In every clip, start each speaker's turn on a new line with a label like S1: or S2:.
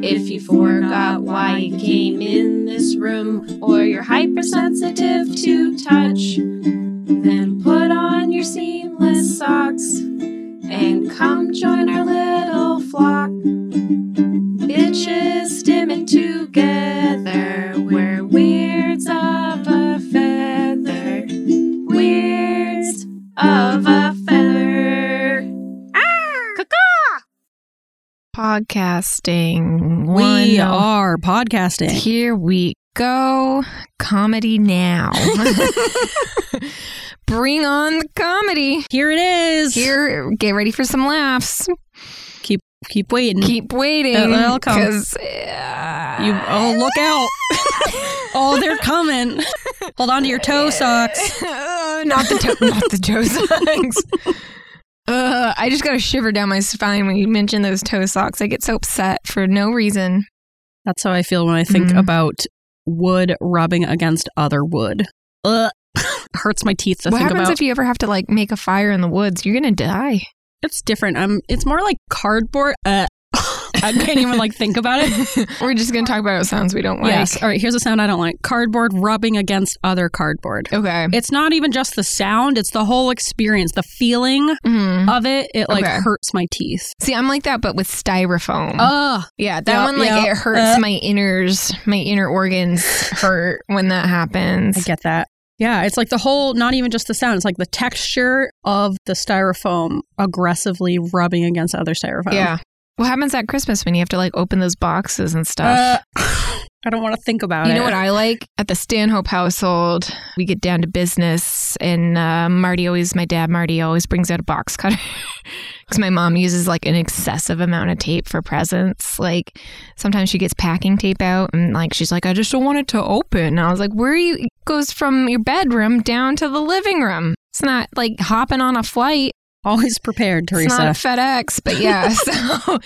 S1: if you forgot why you came in this room or you're hypersensitive to touch, then put on your seamless socks and come join our little flock. Bitches stimming together, we're weirds of a feather. Weirds of a feather. podcasting.
S2: We
S1: 101.
S2: are podcasting.
S1: Here we go. Comedy now. Bring on the comedy.
S2: Here it is.
S1: Here, get ready for some laughs.
S2: Keep waiting.
S1: Keep waiting.
S2: Uh, they'll come.
S1: 'cause,
S2: you
S1: uh,
S2: oh look out. oh, they're coming. Hold on to your toe socks.
S1: Uh, not the toe, not the toe socks. Uh, I just got a shiver down my spine when you mention those toe socks. I get so upset for no reason.
S2: That's how I feel when I think
S1: Mhm.
S2: about wood rubbing against other wood. Ugh. Hurts my teeth to
S1: what
S2: think
S1: happens
S2: about.
S1: if you ever have to like make a fire in the woods? You're gonna die.
S2: it's different. Um, it's more like cardboard. Uh, I can't even like think about it.
S1: We're just gonna talk about sounds we don't like.
S2: yes. All right. Here's a sound I don't like: cardboard rubbing against other cardboard.
S1: Okay.
S2: It's not even just the sound; it's the whole experience, the feeling
S1: Mm.
S2: of it. It like
S1: Okay. Mm-hmm.
S2: hurts my teeth.
S1: See, I'm like that, but with styrofoam.
S2: Ugh.
S1: yeah, that
S2: yeah,
S1: one like
S2: yeah.
S1: it hurts my inners, my inner organs hurt when that
S2: I
S1: happens.
S2: get that. Yeah, it's like the whole, not even just the sound, it's like the texture of the styrofoam aggressively rubbing against other styrofoam.
S1: Yeah. What happens at Christmas when you have to like open those boxes and stuff?
S2: Uh, I don't want to think about
S1: you
S2: it.
S1: know what I like? At the Stanhope household, we get down to business, and uh, Marty always, my dad Marty always brings out a box cutter because my mom uses like an excessive amount of tape for presents. Like sometimes she gets packing tape out, and like she's like, I just don't want it to open. And I was like, Where are you? It goes from your bedroom down to the living room. It's not like hopping on a flight.
S2: Always prepared,
S1: It's
S2: Teresa.
S1: not FedEx, but yeah. so,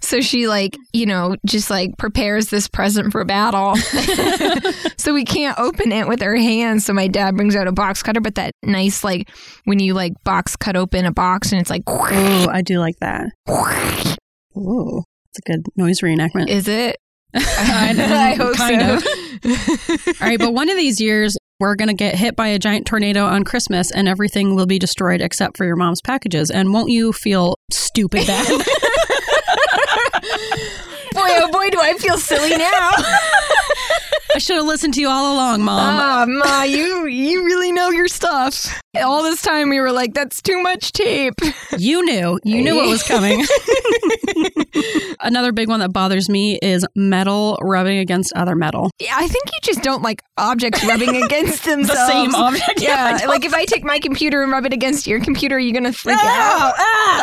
S1: so she like you know just like prepares this present for battle. so we can't open it with our hands. So my dad brings out a box cutter, but that nice like when you like box cut open a box and it's like
S2: Ooh, I do like that. Ooh, it's a good noise reenactment.
S1: is it?
S2: I- kind of.
S1: of.
S2: All right, but one of these years, we're going to get hit by a giant tornado on Christmas and everything will be destroyed except for your mom's packages. And won't you feel stupid then?
S1: boy, oh boy, do I feel silly now.
S2: I should have listened to you all along, Mom.
S1: Ah, ma, you you really know your stuff. All this time we were like, that's too much tape.
S2: You knew. You knew what was coming. Another big one that bothers me is metal rubbing against other metal.
S1: Yeah, I think you just don't like objects rubbing against themselves.
S2: object.
S1: Yeah, like if I take my computer and rub it against your computer, are you gonna freak
S2: Ah,
S1: out?
S2: ah,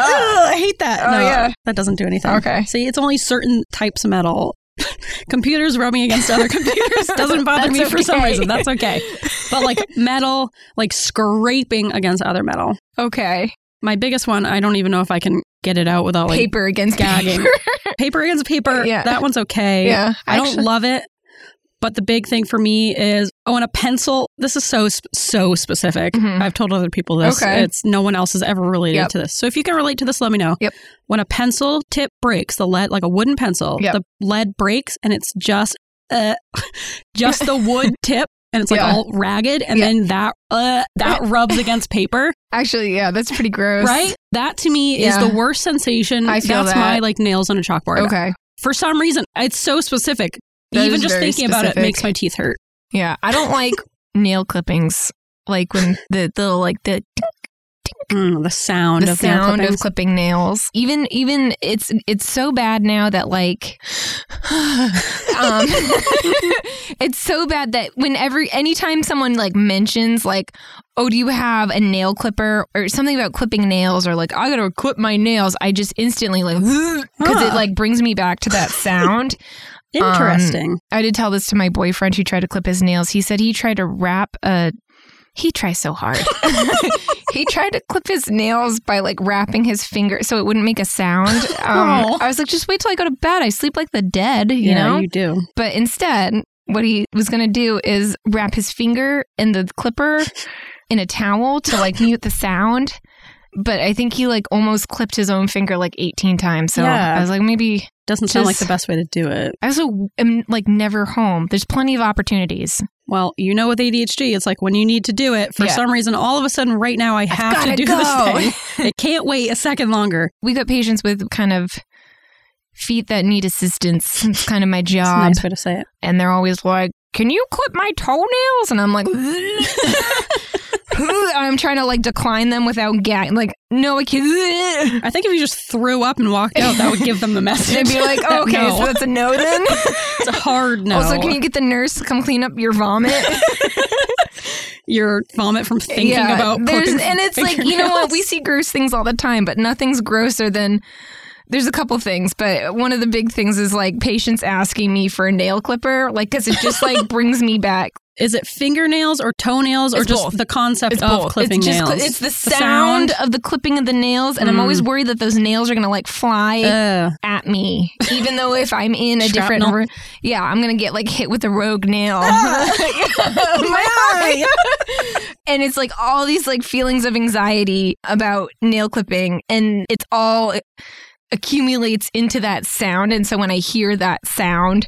S2: ugh, I hate that.
S1: Oh,
S2: no,
S1: yeah.
S2: that doesn't do anything.
S1: Okay.
S2: See, it's only certain types of metal. computers rubbing against other computers doesn't bother
S1: That's
S2: me for some
S1: okay.
S2: reason. That's okay. But like metal, like scraping against other metal.
S1: Okay,
S2: My biggest one, I don't even know if I can get it out without like
S1: paper against
S2: gagging.
S1: paper.
S2: paper against paper.
S1: Yeah.
S2: That one's okay.
S1: yeah,
S2: I don't
S1: actually-
S2: love it. But the big thing for me is oh, and a pencil. This is so sp- so specific.
S1: Mhm.
S2: I've told other people this.
S1: Okay.
S2: It's no one else has ever related
S1: Yep.
S2: to this. So if you can relate to this, let me know.
S1: Yep.
S2: When a pencil tip breaks, the lead like a wooden pencil,
S1: Yep.
S2: the lead breaks, and it's just uh, just the wood tip, and it's like
S1: Yeah.
S2: all ragged, and
S1: Yeah.
S2: then that uh, that rubs against paper,
S1: actually, yeah, that's pretty gross,
S2: right? That to me
S1: Yeah.
S2: is the worst sensation.
S1: I feel
S2: That's
S1: that.
S2: my like nails on a chalkboard
S1: Okay,
S2: for some reason it's so specific
S1: That
S2: even
S1: is
S2: just
S1: very
S2: thinking about it
S1: specific.
S2: makes my teeth hurt
S1: yeah, I don't like nail clippings, like when the the like the
S2: Mm, the sound
S1: the
S2: of nail
S1: sound of
S2: clippings.
S1: clipping nails. Even even it's it's so bad now that like um, it's so bad that whenever anytime someone like mentions like oh do you have a nail clipper or something about clipping nails or like i gotta clip my nails i just instantly like because
S2: Huh.
S1: it like brings me back to that sound um,
S2: Interesting.
S1: i did tell this to my boyfriend who tried to clip his nails he said he tried to wrap a he tries so hard he tried to clip his nails by like wrapping his finger so it wouldn't make a sound um,
S2: Oh.
S1: i was like just wait till i go to bed i sleep like the dead you
S2: yeah,
S1: know
S2: you do.
S1: but instead, what he was going to do is wrap his finger in the clipper in a towel to like mute the sound. But I think he like almost clipped his own finger like 18 times. So
S2: Yeah.
S1: I was like, maybe
S2: Doesn't sound like
S1: Just-
S2: the best way to do it.
S1: I also am like never home. There's plenty of opportunities.
S2: Well, you know, with ADHD, it's like when you need to do it, for
S1: Yeah.
S2: some reason, all of a sudden, right now, I have to
S1: gotta
S2: do
S1: go.
S2: this thing. It can't wait a second longer.
S1: We got patients with kind of feet that need assistance. It's kind of my
S2: It's
S1: job.
S2: a nice way to say it.
S1: and they're always like, "Can you clip my toenails?" And I'm like, and I'm trying to like decline them without gag. Like, no, I can't.
S2: I think if you just threw up and walked out, that would give them the message.
S1: They'd be like,
S2: That
S1: "Okay,
S2: no.
S1: so that's a no then."
S2: it's a hard no.
S1: Also, can you get the nurse to come clean up your vomit?
S2: Your vomit from thinking about
S1: there's,
S2: clipping
S1: and it's like you know what we
S2: fingernails.
S1: see gross things all the time, but nothing's grosser than. There's a couple things, but one of the big things is like patients asking me for a nail clipper, like because it just like brings me back
S2: Is it fingernails or toenails or
S1: It's
S2: just
S1: both.
S2: the concept of
S1: both.
S2: clipping
S1: Oh, it's just cl-
S2: nails? Uh. Mm.
S1: it's the sound, of the clipping of the nails, and I'm always worried that those nails are gonna like fly
S2: Uh,
S1: at me. Even though if I'm in a different
S2: Shrapnel.
S1: room, yeah, I'm gonna get like hit with a rogue nail. Oh My eye. and it's like all these like feelings of anxiety about nail clipping, and it's all it accumulates into that sound. And so when I hear that sound.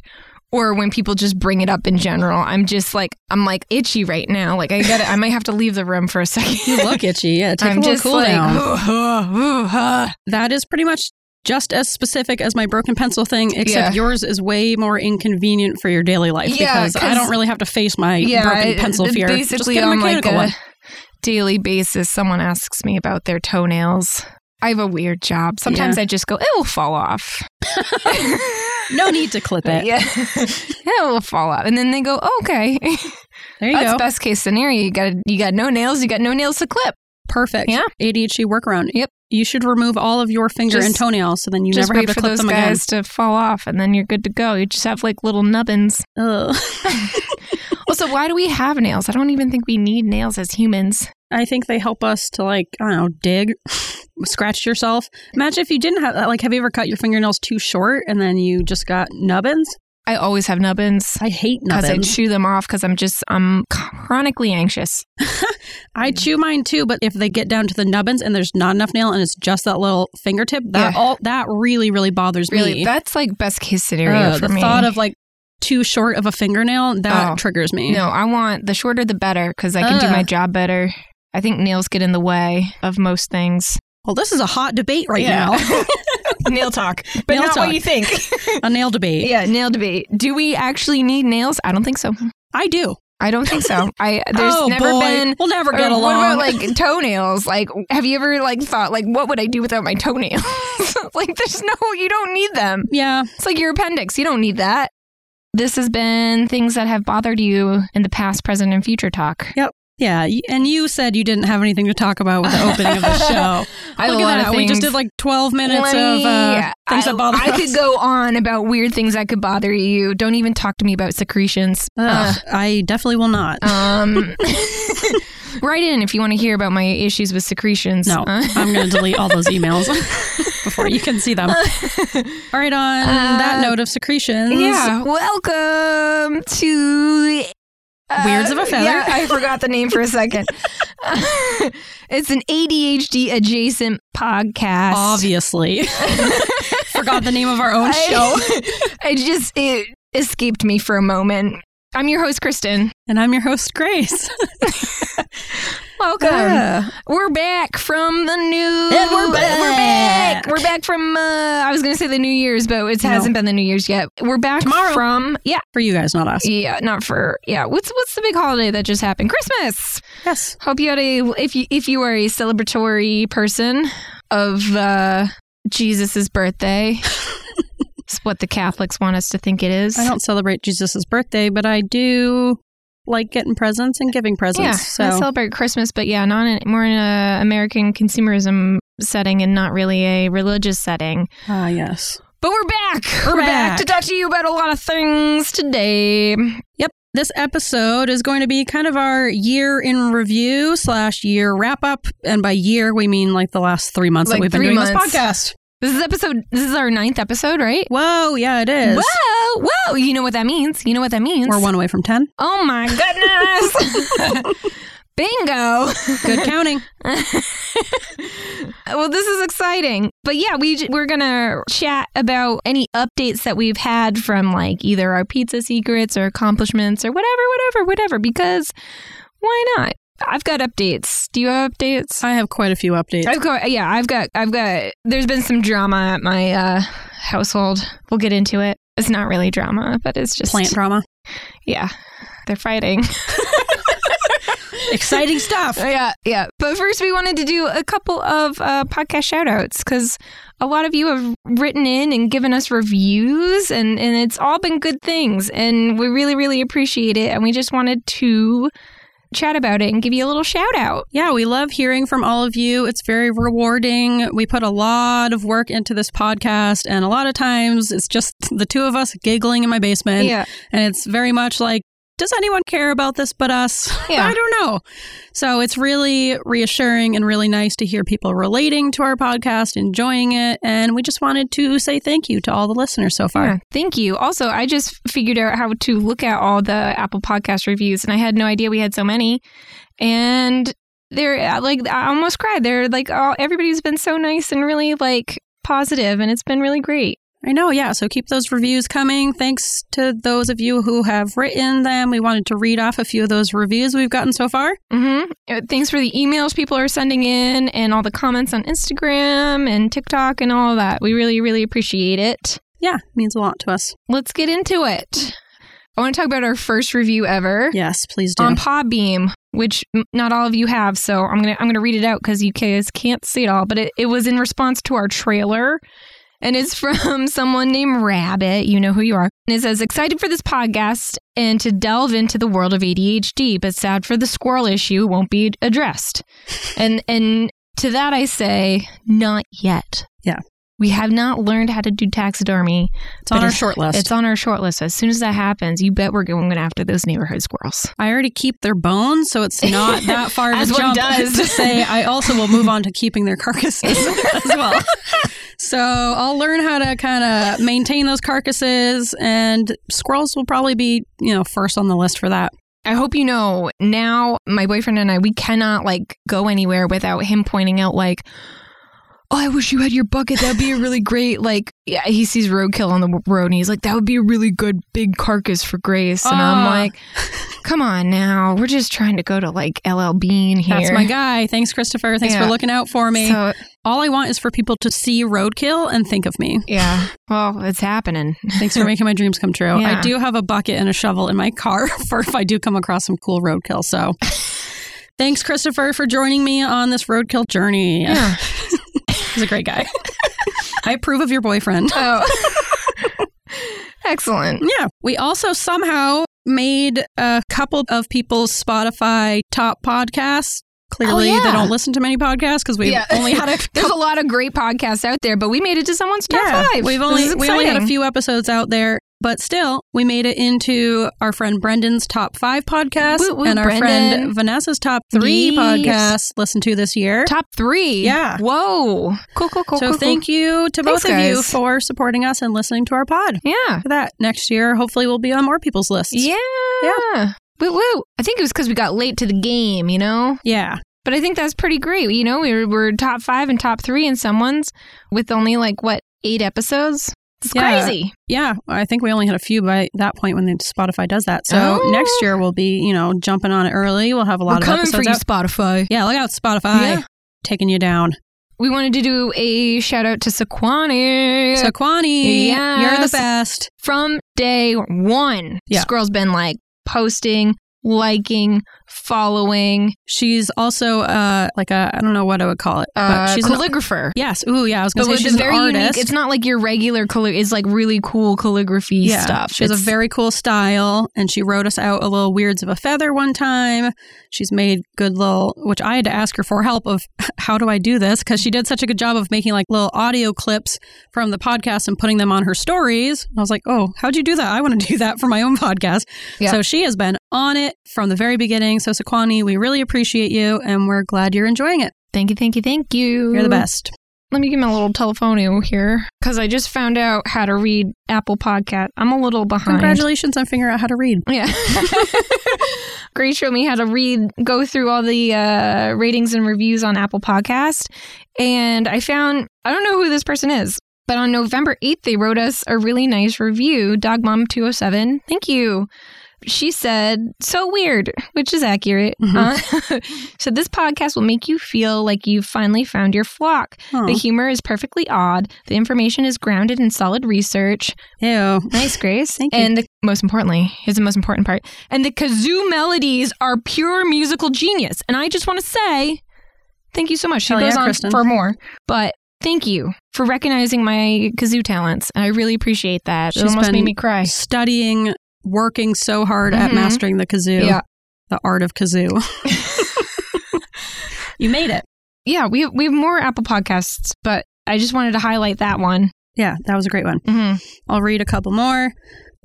S1: Or when people just bring it up in general, I'm just like I'm like itchy right now. Like I got to I might have to leave the room for a second.
S2: you look itchy. Yeah, take
S1: I'm
S2: a little
S1: just
S2: cool
S1: like,
S2: down. that is pretty much just as specific as my broken pencil thing, except
S1: Yeah.
S2: yours is way more inconvenient for your daily life
S1: Yeah,
S2: because I don't
S1: 'cause-
S2: really have to face my broken
S1: it-
S2: pencil
S1: it-
S2: fear. Just
S1: Basically,
S2: get a
S1: on like
S2: mechanical
S1: a
S2: one.
S1: daily basis, someone asks me about their toenails. I have a weird job. Sometimes I just go, it will fall off.
S2: No need to clip it.
S1: Yeah, it will fall off, and then they go, okay,
S2: "Oh, There you
S1: that's
S2: go.
S1: best case scenario. You got you got no nails. You got no nails to clip.
S2: Perfect.
S1: Yeah.
S2: ADHD workaround.
S1: Yep.
S2: You should remove all of your finger and
S1: Just-
S2: toenails so then you
S1: just
S2: never
S1: wait
S2: have to
S1: for
S2: clip
S1: those
S2: them
S1: guys to fall off, and then you're good to go. You just have like little nubbins.
S2: again. Ugh.
S1: also, why do we have nails? I don't even think we need nails as humans.
S2: I think they help us to like, I don't know, dig, scratch yourself. Imagine if you didn't have like have you ever cut your fingernails too short and then you just got nubbins?
S1: I always have nubbins.
S2: I hate
S1: because I
S2: nubbins.
S1: chew them off because I'm just I'm chronically anxious.
S2: I chew mine too, but if they get down to the nubbins and there's not enough nail and it's just that little fingertip, that
S1: Yeah.
S2: all that really, really bothers me.
S1: that's like best case scenario
S2: Ugh,
S1: for
S2: the
S1: me.
S2: thought of like too short of a fingernail, that
S1: Oh.
S2: triggers me.
S1: no, I want the shorter the better because I can do
S2: Ugh.
S1: my job better. I think nails get in the way of most things.
S2: Well, this is a hot debate right now.
S1: nail talk,
S2: but Nail not what talk. you
S1: think.
S2: a nail debate.
S1: yeah, nail debate. Do we actually need nails? I don't think so.
S2: I do.
S1: I don't think so. I there's
S2: oh,
S1: never
S2: boy.
S1: been.
S2: We'll never get
S1: or
S2: along.
S1: What about like toenails? Like, have you ever like thought like, what would I do without my toenails? like, there's no, you don't need them.
S2: yeah.
S1: It's like your appendix. You don't need that. This has been things that have bothered you in the past, present, and future talk.
S2: Yeah. y- And you said you didn't have anything to talk about with the opening of the show.
S1: I
S2: Look
S1: have a
S2: at
S1: lot of
S2: that. Oh We just
S1: things.
S2: did like 12 minutes
S1: Let me-
S2: of uh, things
S1: I,
S2: that bother
S1: I
S2: us.
S1: could go on about weird things that could bother you. Don't even talk to me about secretions.
S2: Ugh, I definitely will not.
S1: Uh, um, write in if you want to hear about my issues with secretions.
S2: No,
S1: Uh,
S2: I'm going to delete all those emails before you can see them. All right, on that
S1: Uh,
S2: note of secretions,
S1: yeah. Welcome to uh,
S2: Weirds of a Feather.
S1: Yeah, I forgot the name for a second. it's an ADHD adjacent podcast.
S2: obviously, forgot the name of our own show.
S1: I, I just it escaped me for a moment. I'm your host, Kristen.
S2: And I'm your host, Grace.
S1: Welcome.
S2: Yeah.
S1: We're back from the new.
S2: And we're back.
S1: We're back. We're back from. Uh, I was going to say the New Year's, but it
S2: No.
S1: hasn't been the New Year's yet. We're back
S2: Tomorrow.
S1: from. Yeah,
S2: For you guys, not us.
S1: yeah, not for. Yeah, what's what's the big holiday that just happened? Christmas.
S2: Yes.
S1: Hope you had a if you if you are a celebratory person of uh Jesus's birthday. It's what the Catholics want us to think it is.
S2: I don't celebrate Jesus' birthday, but I do like getting presents and giving presents.
S1: yeah,
S2: so
S1: I celebrate Christmas, but yeah, not in, more in a American consumerism setting and not really a religious setting.
S2: ah, yes.
S1: But we're back.
S2: We're back.
S1: to talk to you about a lot of things today.
S2: This episode is going to be kind of our year in review slash year wrap up, and by year we mean like the last three months
S1: Like
S2: that we've been
S1: three
S2: doing
S1: months.
S2: this podcast.
S1: This is episode. This is our ninth episode, right?
S2: Whoa, yeah, it is.
S1: Whoa, whoa! You know what that means. You know what that means.
S2: We're one away from ten.
S1: Oh my goodness! Bingo.
S2: Good counting.
S1: well, this is exciting. But yeah, we j- we're going to chat about any updates that we've had from like either our pizza secrets or accomplishments or whatever, whatever, whatever because why not? I've got updates. Do you have updates?
S2: I have quite a few updates.
S1: I've got yeah, I've got I've got there's been some drama at my uh household. We'll get into it. It's not really drama, but it's just
S2: Plant drama.
S1: Yeah. They're fighting.
S2: Exciting stuff.
S1: Oh, Yeah, yeah. But first, we wanted to do a couple of uh, podcast shout outs because a lot of you have written in and given us reviews, and, and it's all been good things. And we really, really appreciate it. And we just wanted to chat about it and give you a little shout out.
S2: Yeah, we love hearing from all of you. It's very rewarding. We put a lot of work into this podcast, and a lot of times it's just the two of us giggling in my basement.
S1: yeah.
S2: And it's very much like, does anyone care about this but us?
S1: Yeah.
S2: I don't know. So it's really reassuring and really nice to hear people relating to our podcast, enjoying it. And we just wanted to say thank you to all the listeners so far.
S1: Yeah, thank you. Also, I just figured out how to look at all the Apple Podcast reviews, and I had no idea we had so many. And they're uh, like, I almost cried. They're like, oh, everybody's been so nice and really like positive, and it's been really great.
S2: I know, yeah. So keep those reviews coming. Thanks to those of you who have written them. We wanted to read off a few of those reviews we've gotten so far.
S1: Mm-hmm. Thanks for the emails people are sending in, and all the comments on Instagram and TikTok and all that. We really, really appreciate it.
S2: Yeah, it means a lot to us.
S1: Let's get into it. I want to talk about our first review ever.
S2: Yes, please do.
S1: on Podbeam, which m- not all of you have. So I'm gonna I'm gonna read it out because you guys can't see it all. But it, it was in response to our trailer. And it's from someone named Rabbit. You know who you are. And it says, excited for this podcast and to delve into the world of ADHD, but sad for the squirrel issue won't be addressed. and and to that I say, not yet.
S2: Yeah.
S1: We have not learned how to do taxidermy.
S2: it's on
S1: but
S2: our short list.
S1: It's on our short list. As soon as that happens, you bet we're going after those neighborhood squirrels.
S2: I already keep their bones, so it's not that far of
S1: As
S2: a jump
S1: one does.
S2: to say I also will move on to keeping their carcasses as well. So I'll learn how to kind of maintain those carcasses, and squirrels will probably be, you know, first on the list for that.
S1: I hope you know now, my boyfriend and I, we cannot like go anywhere without him pointing out, like, oh, I wish you had your bucket. That'd be a really great, like, yeah, he sees roadkill on the w- road and he's like, that would be a really good big carcass for Grace. And I'm
S2: Ah.
S1: like, come on now. We're just trying to go to like LL Bean here.
S2: That's my guy. Thanks, Christopher. Thanks
S1: Yeah.
S2: for looking out for me.
S1: So,
S2: All I want is for people to see roadkill and think of me.
S1: yeah. Well, it's happening.
S2: Thanks for making my dreams come true.
S1: Yeah.
S2: I do have a bucket and a shovel in my car for if I do come across some cool roadkill. So thanks, Christopher, for joining me on this roadkill journey.
S1: Yeah.
S2: He's a great guy. I approve of your boyfriend.
S1: Oh. Excellent.
S2: Yeah. We also somehow made a couple of people's Spotify top podcasts. Clearly,
S1: Oh, yeah.
S2: they don't listen to many podcasts because we've
S1: Yeah.
S2: only had a
S1: There's a lot of great podcasts out there, but we made it to someone's top five.
S2: We've
S1: This
S2: only
S1: is
S2: we only had a
S1: exciting.
S2: few episodes out there, but still, we made it into our friend Brendan's top five podcast
S1: Woot woot,
S2: and our
S1: Brendan.
S2: friend Vanessa's top three
S1: Yes.
S2: podcasts listened to this year.
S1: Top three.
S2: Yeah.
S1: Whoa. Cool, cool, cool.
S2: so
S1: cool,
S2: thank you to both
S1: Thanks,
S2: of you
S1: guys.
S2: for supporting us and listening to our pod.
S1: you. Yeah.
S2: For that next year, hopefully, we'll be on more people's lists.
S1: Yeah. Yeah. Woo woo. I think it was because we got late to the game, you know?
S2: Yeah.
S1: But I think that's pretty great. You know, we were, we're top five and top three in someone's with only like, what, eight episodes? It's
S2: Yeah.
S1: crazy.
S2: Yeah, I think we only had a few by that point when Spotify does that. So
S1: Oh.
S2: next year we'll be, you know, jumping on it early. We'll have a lot of episodes out.
S1: Spotify.
S2: Yeah, look out, Spotify,
S1: Yeah.
S2: taking you down.
S1: We wanted to do a shout out to Sequani.
S2: So Kwani, you're
S1: Yes.
S2: the best.
S1: from day one,
S2: Yeah.
S1: Squirrel's been like posting, liking, following.
S2: She's also uh, like a I don't know what I would call it.
S1: Uh,
S2: but she's an-
S1: calligrapher.
S2: yes. Ooh, yeah. I was going
S1: but
S2: to
S1: with
S2: say
S1: a
S2: she's
S1: very
S2: an
S1: unique.
S2: artist.
S1: It's not like your regular color. It's like really cool calligraphy
S2: yeah,
S1: stuff.
S2: She has
S1: It's-
S2: a very cool style, and she wrote us out a little "Weirds of a Feather" one time. She's made good little, which I had to ask her for help of how do I do this because she did such a good job of making like little audio clips from the podcast and putting them on her stories. And I was like, oh, how'd you do that? I want to do that for my own podcast.
S1: Yeah.
S2: So she has been on it from the very beginning. So Sequani, we really appreciate you, and we're glad you're enjoying it.
S1: thank you, thank you, thank you.
S2: You're the best.
S1: Let me give my little telephone here because I just found out how to read Apple Podcast. I'm a little behind.
S2: Congratulations on figuring out how to read.
S1: Yeah. Grace showed me how to read, go through all the uh, ratings and reviews on Apple Podcast. And I found, I don't know who this person is, but on November 8th, they wrote us a really nice review, Dog Mom 207. Thank you. She said, so weird, which is accurate. Uh, so, this podcast will make you feel like you've finally found your flock.
S2: Oh,
S1: The humor is perfectly odd. The information is grounded in solid research.
S2: ew.
S1: Nice, Grace.
S2: Thank you.
S1: and the, most importantly, here's the most important part. And the kazoo melodies are pure musical genius. And I just want to say thank you so much. She
S2: Hell
S1: goes
S2: yeah,
S1: on
S2: Kristen.
S1: for more. But thank you for recognizing my kazoo talents. And I really appreciate that.
S2: She's
S1: it almost
S2: been
S1: made me cry.
S2: Studying, working so hard at
S1: Mhm.
S2: mastering the kazoo.
S1: Yeah.
S2: The art of kazoo. you made it.
S1: Yeah, we have, we have more Apple podcasts, but I just wanted to highlight that one.
S2: Yeah, that was a great one.
S1: Mm-hmm.
S2: I'll read a couple more.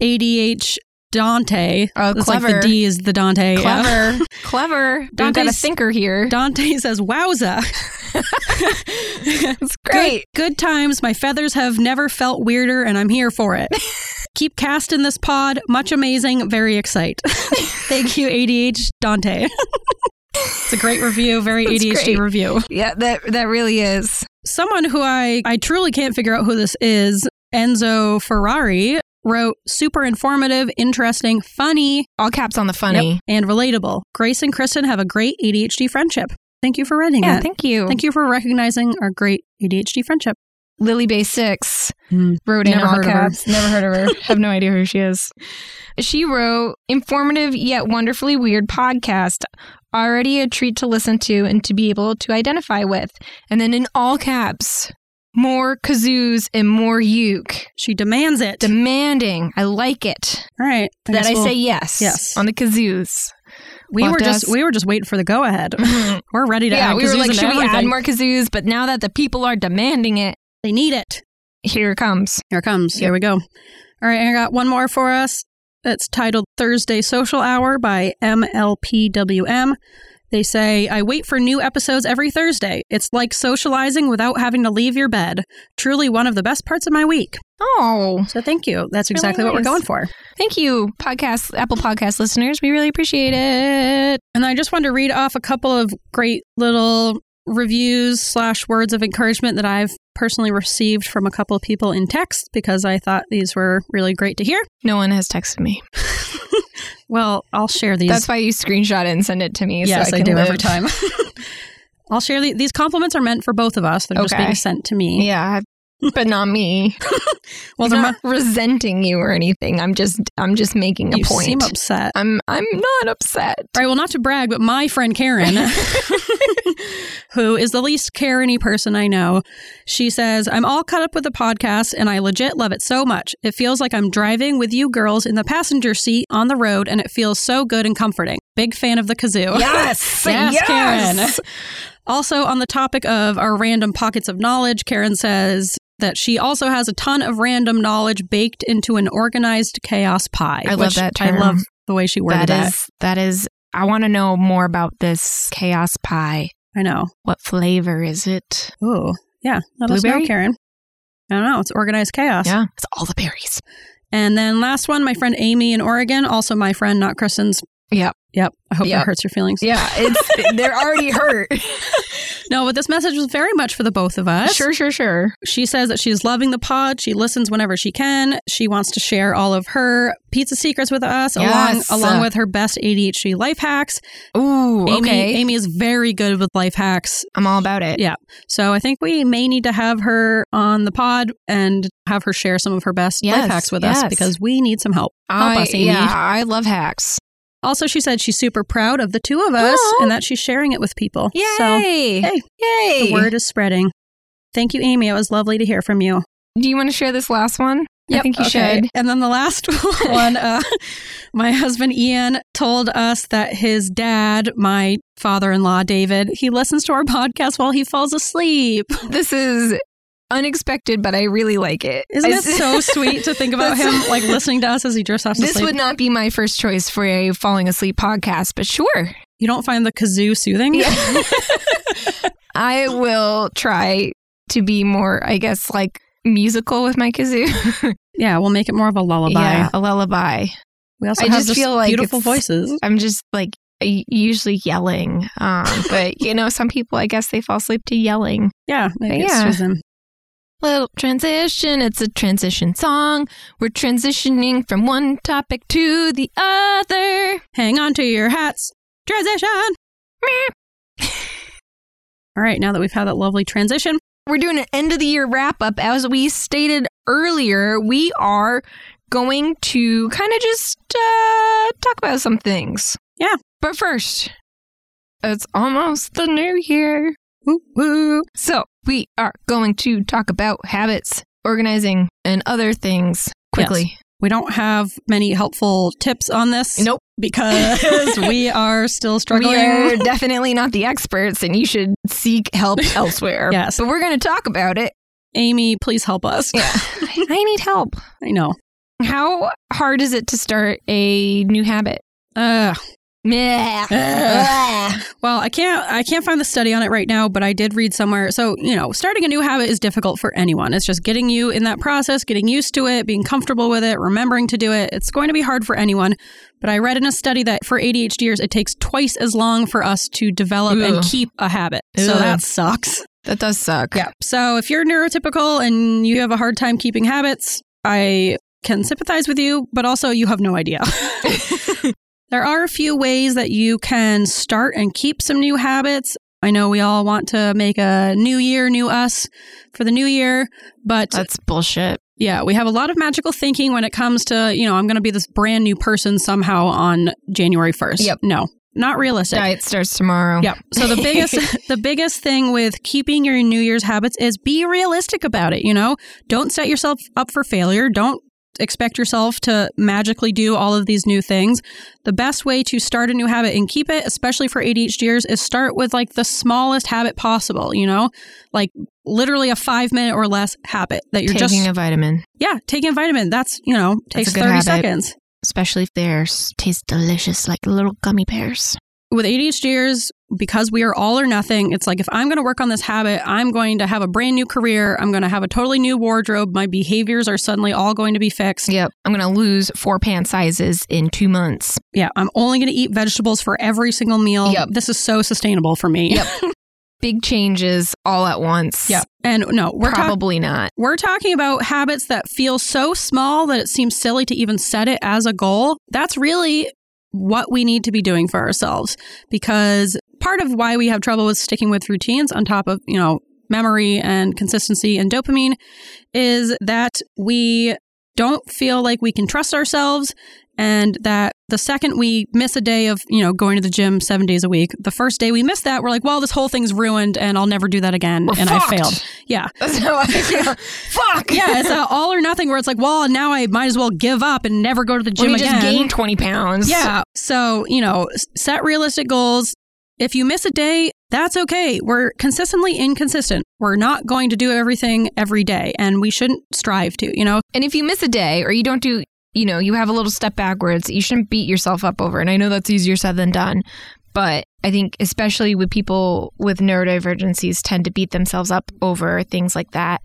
S2: ADH Dante.
S1: Oh,
S2: It's like the D is the Dante. yeah.
S1: Clever. Clever. We've got a
S2: Dante's-
S1: thinker here.
S2: Dante says, "Wowza!
S1: it's
S2: Good, good times. My feathers have never felt weirder, and I'm here for it. Keep casting this pod. Much amazing. Very excite. Thank you, ADH Dante. it's a great review. Very
S1: That's
S2: ADHD
S1: great.
S2: review.
S1: Yeah, that that really is.
S2: someone who I I truly can't figure out who this is, Enzo Ferrari, wrote super informative, interesting, funny,
S1: All caps on the funny.
S2: Yep, and relatable. Grace and Kristen have a great ADHD friendship. Thank you for writing
S1: Yeah,
S2: that.
S1: thank you.
S2: Thank you for recognizing our great ADHD friendship.
S1: Lily Bay Six
S2: Mm.
S1: wrote in
S2: Never
S1: all
S2: heard of her.
S1: caps. Hmm. Never heard of her. Have no idea who she is. She wrote informative yet wonderfully weird podcast. Already a treat to listen to and to be able to identify with. And then in all caps, more kazoos and more uke.
S2: She demands it.
S1: Demanding. I like it.
S2: All right.
S1: That
S2: guess
S1: I
S2: we'll-
S1: say yes.
S2: Yes.
S1: On the kazoos.
S2: we
S1: we'll
S2: were
S1: have to
S2: just
S1: ask-
S2: we were just waiting for the go ahead.
S1: yeah,
S2: We're ready to add
S1: we were
S2: kazoos
S1: like,
S2: into
S1: should we add
S2: everything.
S1: more kazoos? But now that the people are demanding it,
S2: They need it.
S1: here it comes.
S2: Here it comes. Here we go. All right, I got one more for us. It's titled Thursday Social Hour by MLPWM. They say, I wait for new episodes every Thursday. It's like socializing without having to leave your bed. Truly one of the best parts of my week.
S1: Oh.
S2: So thank you. That's
S1: Really
S2: exactly what we're
S1: nice.
S2: going for.
S1: Thank you, podcast Apple Podcast listeners. We really appreciate it.
S2: And I just wanted to read off a couple of great little reviews slash words of encouragement that I've personally received from a couple of people in text because I thought these were really great to hear.
S1: No one has texted me.
S2: Well, I'll share these.
S1: That's why you screenshot it and send it to me.
S2: Yes,
S1: so
S2: I,
S1: I, can
S2: do
S1: live.
S2: every time. I'll share the, these compliments are meant for both of us. They're just
S1: Okay.
S2: being sent to me.
S1: Yeah, but not me.
S2: well,
S1: I'm
S2: they're
S1: not resenting you or anything. I'm just, I'm just making
S2: mu-
S1: a
S2: you
S1: point. Uh,
S2: seem upset.
S1: I'm, I'm not upset.
S2: All right. Well, not to brag, but my friend Karen, who is the least Karen-y person I know, she says, "I'm all caught up with the podcast, and I legit love it so much. It feels like I'm driving with you girls in the passenger seat on the road, and it feels so good and comforting. Big fan of the kazoo.
S1: Yes,
S2: Yes, Karen. Also, on the topic of our random pockets of knowledge, Karen says that she also has a ton of random knowledge baked into an organized chaos pie.
S1: I love
S2: which
S1: that
S2: I
S1: term.
S2: love the way she worded
S1: that
S2: that.
S1: is, that is. I want to know more about this chaos pie.
S2: I know.
S1: What flavor is it?
S2: Ooh, yeah. Let us know,
S1: Blueberry?
S2: Karen. I don't know. It's organized chaos.
S1: Yeah, it's all the berries.
S2: And then last one, my friend Amy in Oregon, also my friend, not Kristen's.
S1: Yep.
S2: Yep. I hope
S1: Yep.
S2: that hurts your feelings.
S1: Yeah, it's they're already hurt.
S2: No, but this message was very much for the both of us.
S1: Sure, sure, sure.
S2: She says that she's loving the pod. She listens whenever she can. She wants to share all of her pizza secrets with us,
S1: Yes.
S2: along along with her best ADHD life hacks.
S1: Ooh,
S2: Amy,
S1: okay.
S2: Amy is very good with life hacks,
S1: I'm all about it.
S2: Yeah. so I think we may need to have her on the pod and have her share some of her best
S1: Yes,
S2: life hacks with us
S1: yes.
S2: because we need some help. Help
S1: I,
S2: us, Amy.
S1: Yeah, I love hacks.
S2: Also, she said she's super proud of the two of us
S1: Aw.
S2: and that she's sharing it with people. So
S1: Yay!
S2: hey,
S1: Yay!
S2: the word is spreading. Thank you, Amy. It was lovely to hear from you.
S1: Do you want to share this last one? I think you
S2: okay.
S1: should.
S2: And then the last one, uh, my husband Ian told us that his dad, my father-in-law David, he listens to our podcast while he falls asleep.
S1: This is unexpected, but I really like it.
S2: Isn't
S1: I
S2: it
S1: s-
S2: so sweet to think about him
S1: That's-
S2: like listening to us as he drifts off to
S1: This
S2: sleep?
S1: would not be my first choice for a falling asleep podcast, but sure.
S2: you don't find the kazoo soothing?
S1: Yeah. I will try to be more, I guess, like musical with my kazoo.
S2: Yeah, we'll make it more of a lullaby.
S1: Yeah, a lullaby.
S2: We also
S1: I
S2: have
S1: just
S2: this
S1: feel like
S2: beautiful
S1: it's-
S2: voices.
S1: I'm just like u- usually yelling, um, but you know, some people, I guess, they fall asleep to yelling.
S2: Yeah, maybe
S1: Yeah.
S2: it's them.
S1: Little transition. It's a transition song. We're transitioning from one topic to the other.
S2: Hang on to your hats. Transition. All right, now that we've had that lovely transition,
S1: We're doing an end of the year wrap up. As we stated earlier, we are going to kind of just uh, talk about some things.
S2: Yeah.
S1: But first, it's almost the new year.
S2: woo woo.
S1: So, we are going to talk about habits, organizing, and other things quickly.
S2: We don't have many helpful tips on this.
S1: Nope.
S2: Because we are still struggling.
S1: We are definitely not the experts, and you should seek help elsewhere.
S2: Yes.
S1: But we're going to talk about it.
S2: Amy, please help us.
S1: Yeah. I need help.
S2: I know.
S1: How hard is it to start a new habit?
S2: Uh,
S1: Meh.
S2: Ugh. well, I can't I can't find the study on it right now, but I did read somewhere. So, you know, starting a new habit is difficult for anyone. It's just getting you in that process, getting used to it, being comfortable with it, remembering to do it. It's going to be hard for anyone. But I read in a study that for ADHDers it takes twice as long for us to develop
S1: Ew.
S2: and keep a habit. So
S1: Ew.
S2: that sucks.
S1: That does suck.
S2: Yeah. So if you're neurotypical and you have a hard time keeping habits, I can sympathize with you, but also you have no idea. there are a few ways that you can start and keep some new habits. I know we all want to make a new year, new us for the new year, but
S1: That's bullshit.
S2: yeah, we have a lot of magical thinking when it comes to, you know, I'm going to be this brand new person somehow on January 1st.
S1: Yep.
S2: No, not realistic.
S1: Diet starts tomorrow.
S2: Yeah. So the biggest the biggest thing with keeping your New Year's habits is be realistic about it, you know? Don't set yourself up for failure. Don't expect yourself to magically do all of these new things. The best way to start a new habit and keep it, especially for ADHDers, is start with like the smallest habit possible, you know? Like literally a 5 minute or less habit that you're
S1: Taking
S2: just
S1: a vitamin,
S2: Yeah, taking a vitamin. That's, you know, takes
S1: good
S2: 30
S1: habit.
S2: seconds.
S1: especially if they taste delicious like little gummy bears.
S2: with ADHDers, because we are all or nothing, it's like if I'm going to work on this habit, I'm going to have a brand new career. I'm going to have a totally new wardrobe. My behaviors are suddenly all going to be fixed.
S1: Yep. I'm going to lose four pant sizes in two months.
S2: Yeah, I'm only going to eat vegetables for every single meal.
S1: Yep.
S2: This is so sustainable for me.
S1: Yep. Big changes all at once.
S2: Yeah. And no, we're talking.
S1: Probably not.
S2: We're talking about habits that feel so small that it seems silly to even set it as a goal. That's really what we need to be doing for ourselves because part of why we have trouble with sticking with routines on top of, you know, memory and consistency and dopamine is that we don't feel like we can trust ourselves and that the second we miss a day of, you know, going to the gym 7 days a week, the first day we miss that, we're like, well, this whole thing's ruined and I'll never do that again
S1: We're
S2: and
S1: fucked.
S2: I failed. Yeah
S1: That's how I feel. Fuck.
S2: yeah, it's a all or nothing where it's like, well, now I might as well give up and never go to the
S1: Let
S2: gym
S1: me
S2: again.
S1: just gain 20 pounds.
S2: Yeah. So, you know, s- set realistic goals. If you miss a day, that's okay. We're consistently inconsistent. We're not going to do everything every day, and we shouldn't strive to, you know?
S1: And if you miss a day or you don't do, you know, you have a little step backwards, you shouldn't beat yourself up over. it. And I know that's easier said than done. But I think, especially with people with neurodivergencies, tend to beat themselves up over things like that.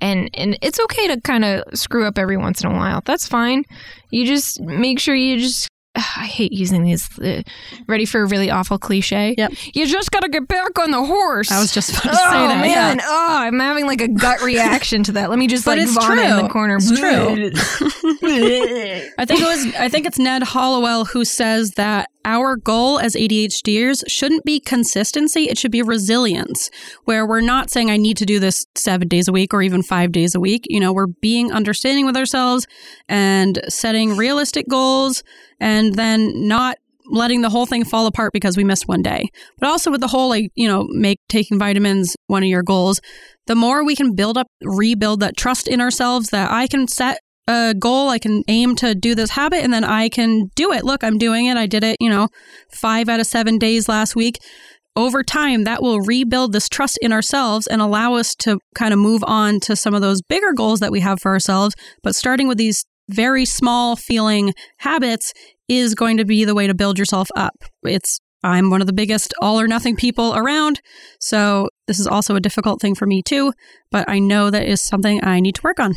S1: And and it's okay to kind of screw up every once in a while. That's fine. You just make sure you just. Ugh, I hate using these. Uh, ready for a really awful cliche?
S2: Yep.
S1: You just got to get back on the horse.
S2: I was just about to
S1: Oh
S2: say that. yeah.
S1: man! Oh, I'm having like a gut reaction to that. Let me just
S2: But
S1: like
S2: it's
S1: vomit in
S2: true.
S1: the corner.
S2: It's true. I think it was I think it's Ned Hollowell who says that our goal as ADHDers shouldn't be consistency, it should be resilience, where we're not saying I need to do this 7 days a week or even 5 days a week. You know, we're being understanding with ourselves and setting realistic goals and then not letting the whole thing fall apart because we missed one day. But also with the whole like, you know, make taking vitamins one of your goals, the more we can build up rebuild that trust in ourselves that I can set a goal, I can aim to do this habit and then I can do it. Look, I'm doing it. I did it, you know, 5 out of 7 days last week. Over time, that will rebuild this trust in ourselves and allow us to kind of move on to some of those bigger goals that we have for ourselves, but starting with these very small feeling habits is going to be the way to build yourself up. It's I'm one of the biggest all or nothing people around. So this is also a difficult thing for me too, but I know that is something I need to work on.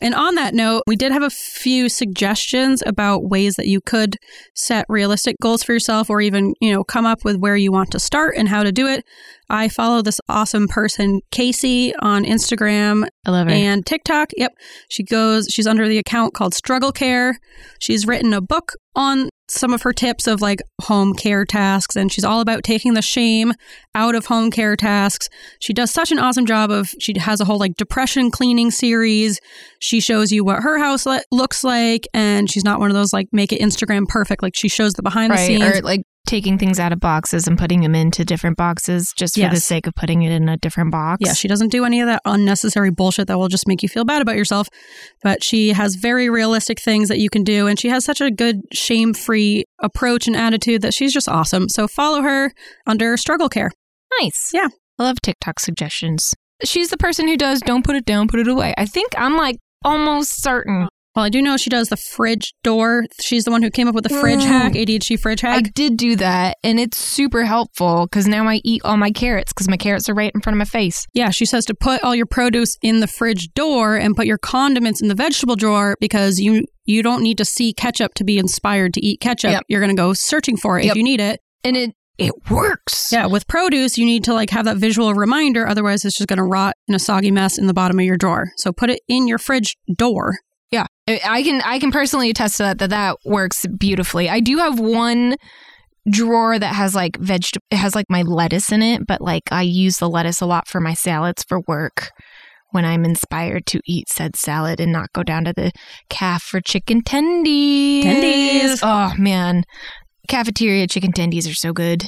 S2: And on that note, we did have a few suggestions about ways that you could set realistic goals for yourself or even, you know, come up with where you want to start and how to do it. I follow this awesome person, Casey, on Instagram
S3: I love her.
S2: and TikTok. Yep. She goes, she's under the account called Struggle Care. She's written a book on some of her tips of like home care tasks, and she's all about taking the shame out of home care tasks. She does such an awesome job of, she has a whole like depression cleaning series. She shows you what her house le- looks like, and she's not one of those like make it Instagram perfect. Like she shows the behind the
S1: right?
S2: scenes.
S1: Or like taking things out of boxes and putting them into different boxes just for the
S2: Yes.
S1: sake of putting it in a different box.
S2: Yeah, she doesn't do any of that unnecessary bullshit that will just make you feel bad about yourself. But she has very realistic things that you can do. And she has such a good shame free approach and attitude that she's just awesome. So follow her under Struggle Care.
S1: nice.
S2: Yeah.
S1: I love TikTok suggestions. She's the person who does don't put it down, put it away. I think I'm like almost certain.
S2: Well, I do know she does the fridge door. She's the one who came up with the fridge
S1: Mm.
S2: hack, ADHD fridge
S1: I
S2: hack.
S1: did do that and it's super helpful because now I eat all my carrots because my carrots are right in front of my face.
S2: yeah, she says to put all your produce in the fridge door and put your condiments in the vegetable drawer because you you don't need to see ketchup to be inspired to eat ketchup.
S1: Yep.
S2: You're going to go searching for it if
S1: Yep.
S2: you need it.
S1: And it it works.
S2: Yeah, with produce, you need to like have that visual reminder. Otherwise, it's just going to rot in a soggy mess in the bottom of your drawer. So put it in your fridge door.
S1: Yeah, I I can I can personally attest to that that that works beautifully. I do have one drawer that has like veg it has like my lettuce in it, but like I use the lettuce a lot for my salads for work when I'm inspired to eat said salad and not go down to the calf for chicken tendies.
S2: Tendies.
S1: Oh man. Cafeteria chicken tendies are so good.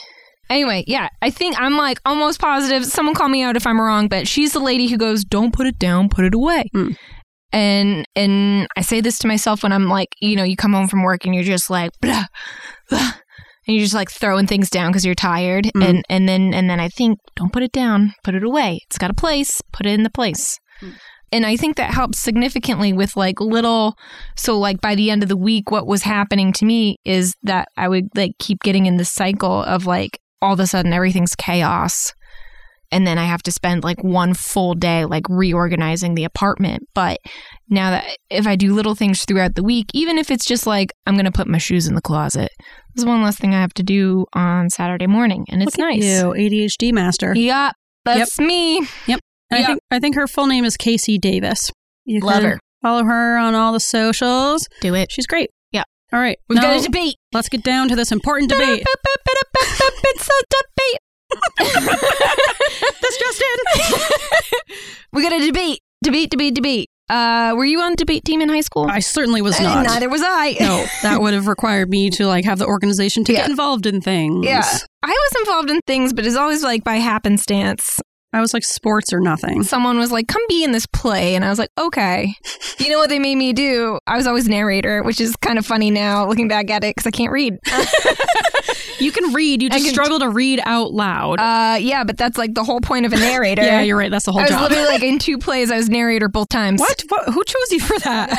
S1: Anyway, yeah, I think I'm like almost positive. Someone call me out if I'm wrong, but she's the lady who goes, "Don't put it down, put it away."
S2: Mm.
S1: And and I say this to myself when I'm like, you know, you come home from work and you're just like, blah, blah, and you're just like throwing things down because you're tired,
S2: Mm.
S1: and and then and then I think, don't put it down, put it away. It's got a place, put it in the place.
S2: Mm.
S1: And I think that helps significantly with like little. So like by the end of the week, what was happening to me is that I would like keep getting in this cycle of like all of a sudden everything's chaos and then I have to spend like one full day like reorganizing the apartment. But now that if I do little things throughout the week, even if it's just like I'm gonna put my shoes in the closet, there's one less thing I have to do on Saturday morning, and it's
S2: Look at
S1: nice.
S2: You ADHD master.
S1: Yeah, that's me.
S2: And I
S1: Yeah.
S2: think I think her full name is Casey Davis. You
S1: Love
S2: can
S1: her.
S2: Follow her on all the socials.
S1: Do it.
S2: She's great.
S1: Yeah.
S2: All right.
S1: We've
S2: now
S1: got a debate.
S2: let's get down to this important debate.
S1: It's a debate.
S2: That's just it.
S1: we got a debate. Debate, debate, debate. Uh, were you on debate team in high school?
S2: I certainly was not.
S1: Neither was I.
S2: no, that would have required me to like have the organization to
S1: Yeah.
S2: get involved in things.
S1: Yeah. I was involved in things, but it's always like by happenstance.
S2: I was like sports or nothing.
S1: Someone was like, "Come be in this play," and I was like, "Okay." You know what they made me do? I was always narrator, which is kind of funny now looking back at it because I can't read.
S2: You can read. You
S1: I
S2: just
S1: can-
S2: struggle to read out loud.
S1: uh, yeah, but that's like the whole point of a narrator.
S2: yeah, you're right. That's the
S1: I
S2: whole
S1: was
S2: job.
S1: literally like in two plays. I was narrator both times.
S2: What? what? Who chose you for that?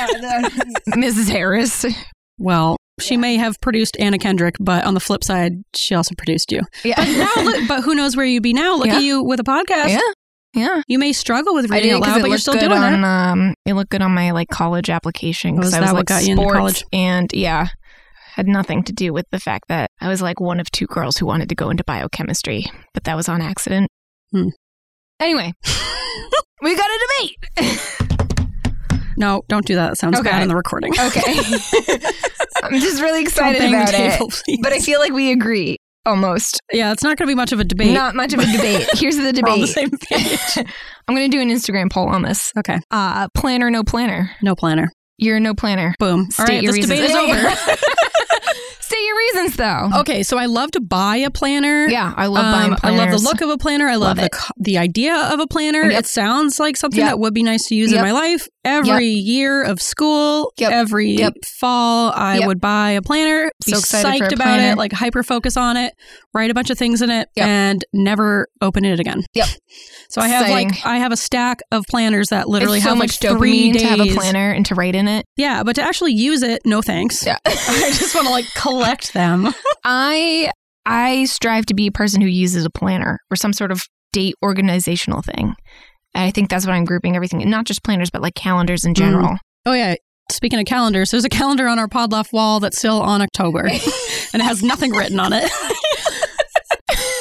S1: Mrs. Harris.
S2: Well, she may have produced Anna Kendrick, but on the flip side, she also produced you.
S1: Yeah.
S2: But now, look, but who knows where you'd be now? Look
S1: Yeah.
S2: at you with a podcast.
S1: yeah. Yeah.
S2: You may struggle with
S1: I
S2: reading
S1: did
S2: out
S1: because
S2: loud,
S1: it
S2: but you're
S1: looked
S2: still
S1: good
S2: doing
S1: on
S2: it.
S1: um, it looked good on my like college application
S2: Oh,
S1: because
S2: is
S1: I was
S2: that what
S1: like
S2: got you into
S1: sports
S2: college?
S1: and yeah, had nothing to do with the fact that I was like one of two girls who wanted to go into biochemistry, but that was on accident.
S2: Hmm.
S1: Anyway, we got a debate.
S2: No, don't do that. That sounds
S1: Okay.
S2: bad in the recording.
S1: okay, I'm just really excited
S2: Don't bang
S1: about
S2: the
S1: it,
S2: table, please.
S1: but I feel like we agree almost.
S2: yeah, it's not going to be much of a debate.
S1: Not much of a debate. Here's the
S2: We're on the same
S1: debate.
S2: page.
S1: I'm going to do an Instagram poll on this.
S2: okay,
S1: Uh, planner, no planner.
S2: no planner.
S1: You're a no planner.
S2: Boom. All
S1: State
S2: right,
S1: your
S2: this
S1: reasons.
S2: debate is
S1: Yeah,
S2: over.
S1: yeah. State your reasons though.
S2: Okay, so I love to buy a planner.
S1: Yeah, I love buying
S2: Um, I love
S1: planners.
S2: the look of a planner. I love,
S1: Love
S2: the
S1: it.
S2: the the idea of a planner.
S1: Yep.
S2: It sounds like something
S1: Yep.
S2: that would be nice to use
S1: Yep.
S2: in my life. Every year of school,
S1: Yep.
S2: every
S1: Yep.
S2: fall, I
S1: Yep.
S2: would buy a planner. Be
S1: So excited for
S2: psyched
S1: a
S2: about
S1: planner.
S2: it, like hyper focus on it, write a bunch of things in it,
S1: Yep.
S2: and never open it again.
S1: Yep.
S2: So I have
S1: Exciting.
S2: like I have a stack of planners that literally
S1: it's so
S2: have
S1: much
S2: like three
S1: dopamine
S2: days.
S1: to have a planner and to write in it.
S2: Yeah, but to actually use it, no thanks.
S1: Yeah.
S2: I just want to like collect them.
S1: I I strive to be a person who uses a planner or some sort of date organizational thing. I think that's what I'm grouping everything, in, not just planners, but like calendars in general.
S2: Oh yeah. Speaking of calendars, there's a calendar on our pod left wall that's still on October and it has nothing written on it.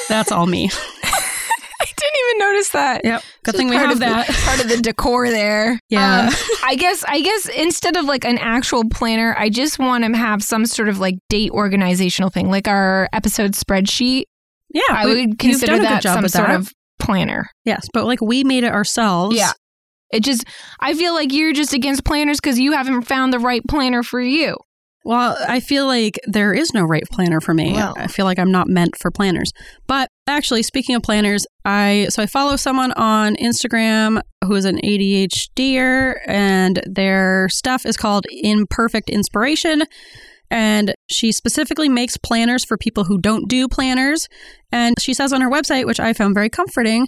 S2: that's all me.
S1: I didn't even notice that.
S2: Yep. Good
S1: So
S2: thing we
S1: part
S2: have
S1: of
S2: that.
S1: The, part of the decor there.
S2: Yeah.
S1: Um, I guess I guess instead of like an actual planner, I just want to have some sort of like date organizational thing, like our episode spreadsheet.
S2: yeah.
S1: I
S2: we-
S1: would consider
S2: done a good
S1: that
S2: job
S1: some
S2: with
S1: sort
S2: that.
S1: of planner.
S2: yes, but like we made it ourselves.
S1: Yeah. It just I feel like you're just against planners because you haven't found the right planner for you.
S2: Well, I feel like there is no right planner for me.
S1: Well.
S2: I feel like I'm not meant for planners. But actually, speaking of planners, I so I follow someone on Instagram who is an ADHDer, and their stuff is called Imperfect Inspiration. And she specifically makes planners for people who don't do planners. And she says on her website, which I found very comforting,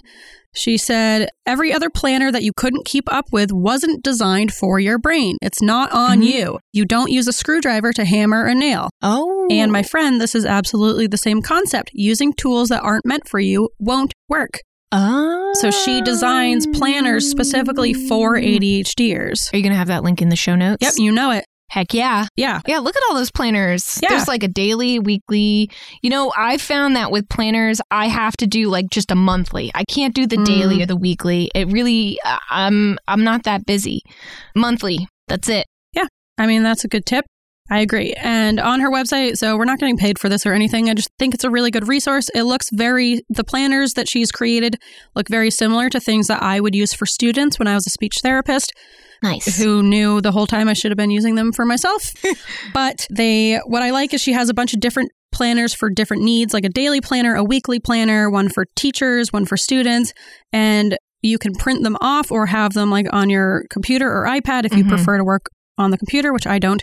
S2: she said, Every other planner that you couldn't keep up with wasn't designed for your brain. It's not on
S1: Mhm.
S2: you. You don't use a screwdriver to hammer a nail.
S1: Oh,
S2: And my friend, this is absolutely the same concept. Using tools that aren't meant for you won't work.
S1: oh.
S2: So she designs planners specifically for
S1: Mm.
S2: ADHDers.
S1: Are you gonna have that link in the show notes?
S2: Yep, you know it.
S1: Heck yeah.
S2: Yeah.
S1: Yeah, look at all those planners.
S2: Yeah.
S1: There's like a daily, weekly. You know, I found that with planners, I have to do like just a monthly. I can't do the
S2: Mm.
S1: daily or the weekly. It really, uh, I'm I'm not that busy. Monthly, that's it.
S2: I mean, that's a good tip. I agree. And on her website, so we're not getting paid for this or anything. I just think it's a really good resource. It looks very, the planners that she's created look very similar to things that I would use for students when I was a speech therapist
S1: Nice.
S2: who knew the whole time I should have been using them for myself. but they, what I like is she has a bunch of different planners for different needs, like a daily planner, a weekly planner, one for teachers, one for students, and you can print them off or have them like on your computer or iPad if you
S1: Mhm.
S2: prefer to work on the computer, which I don't.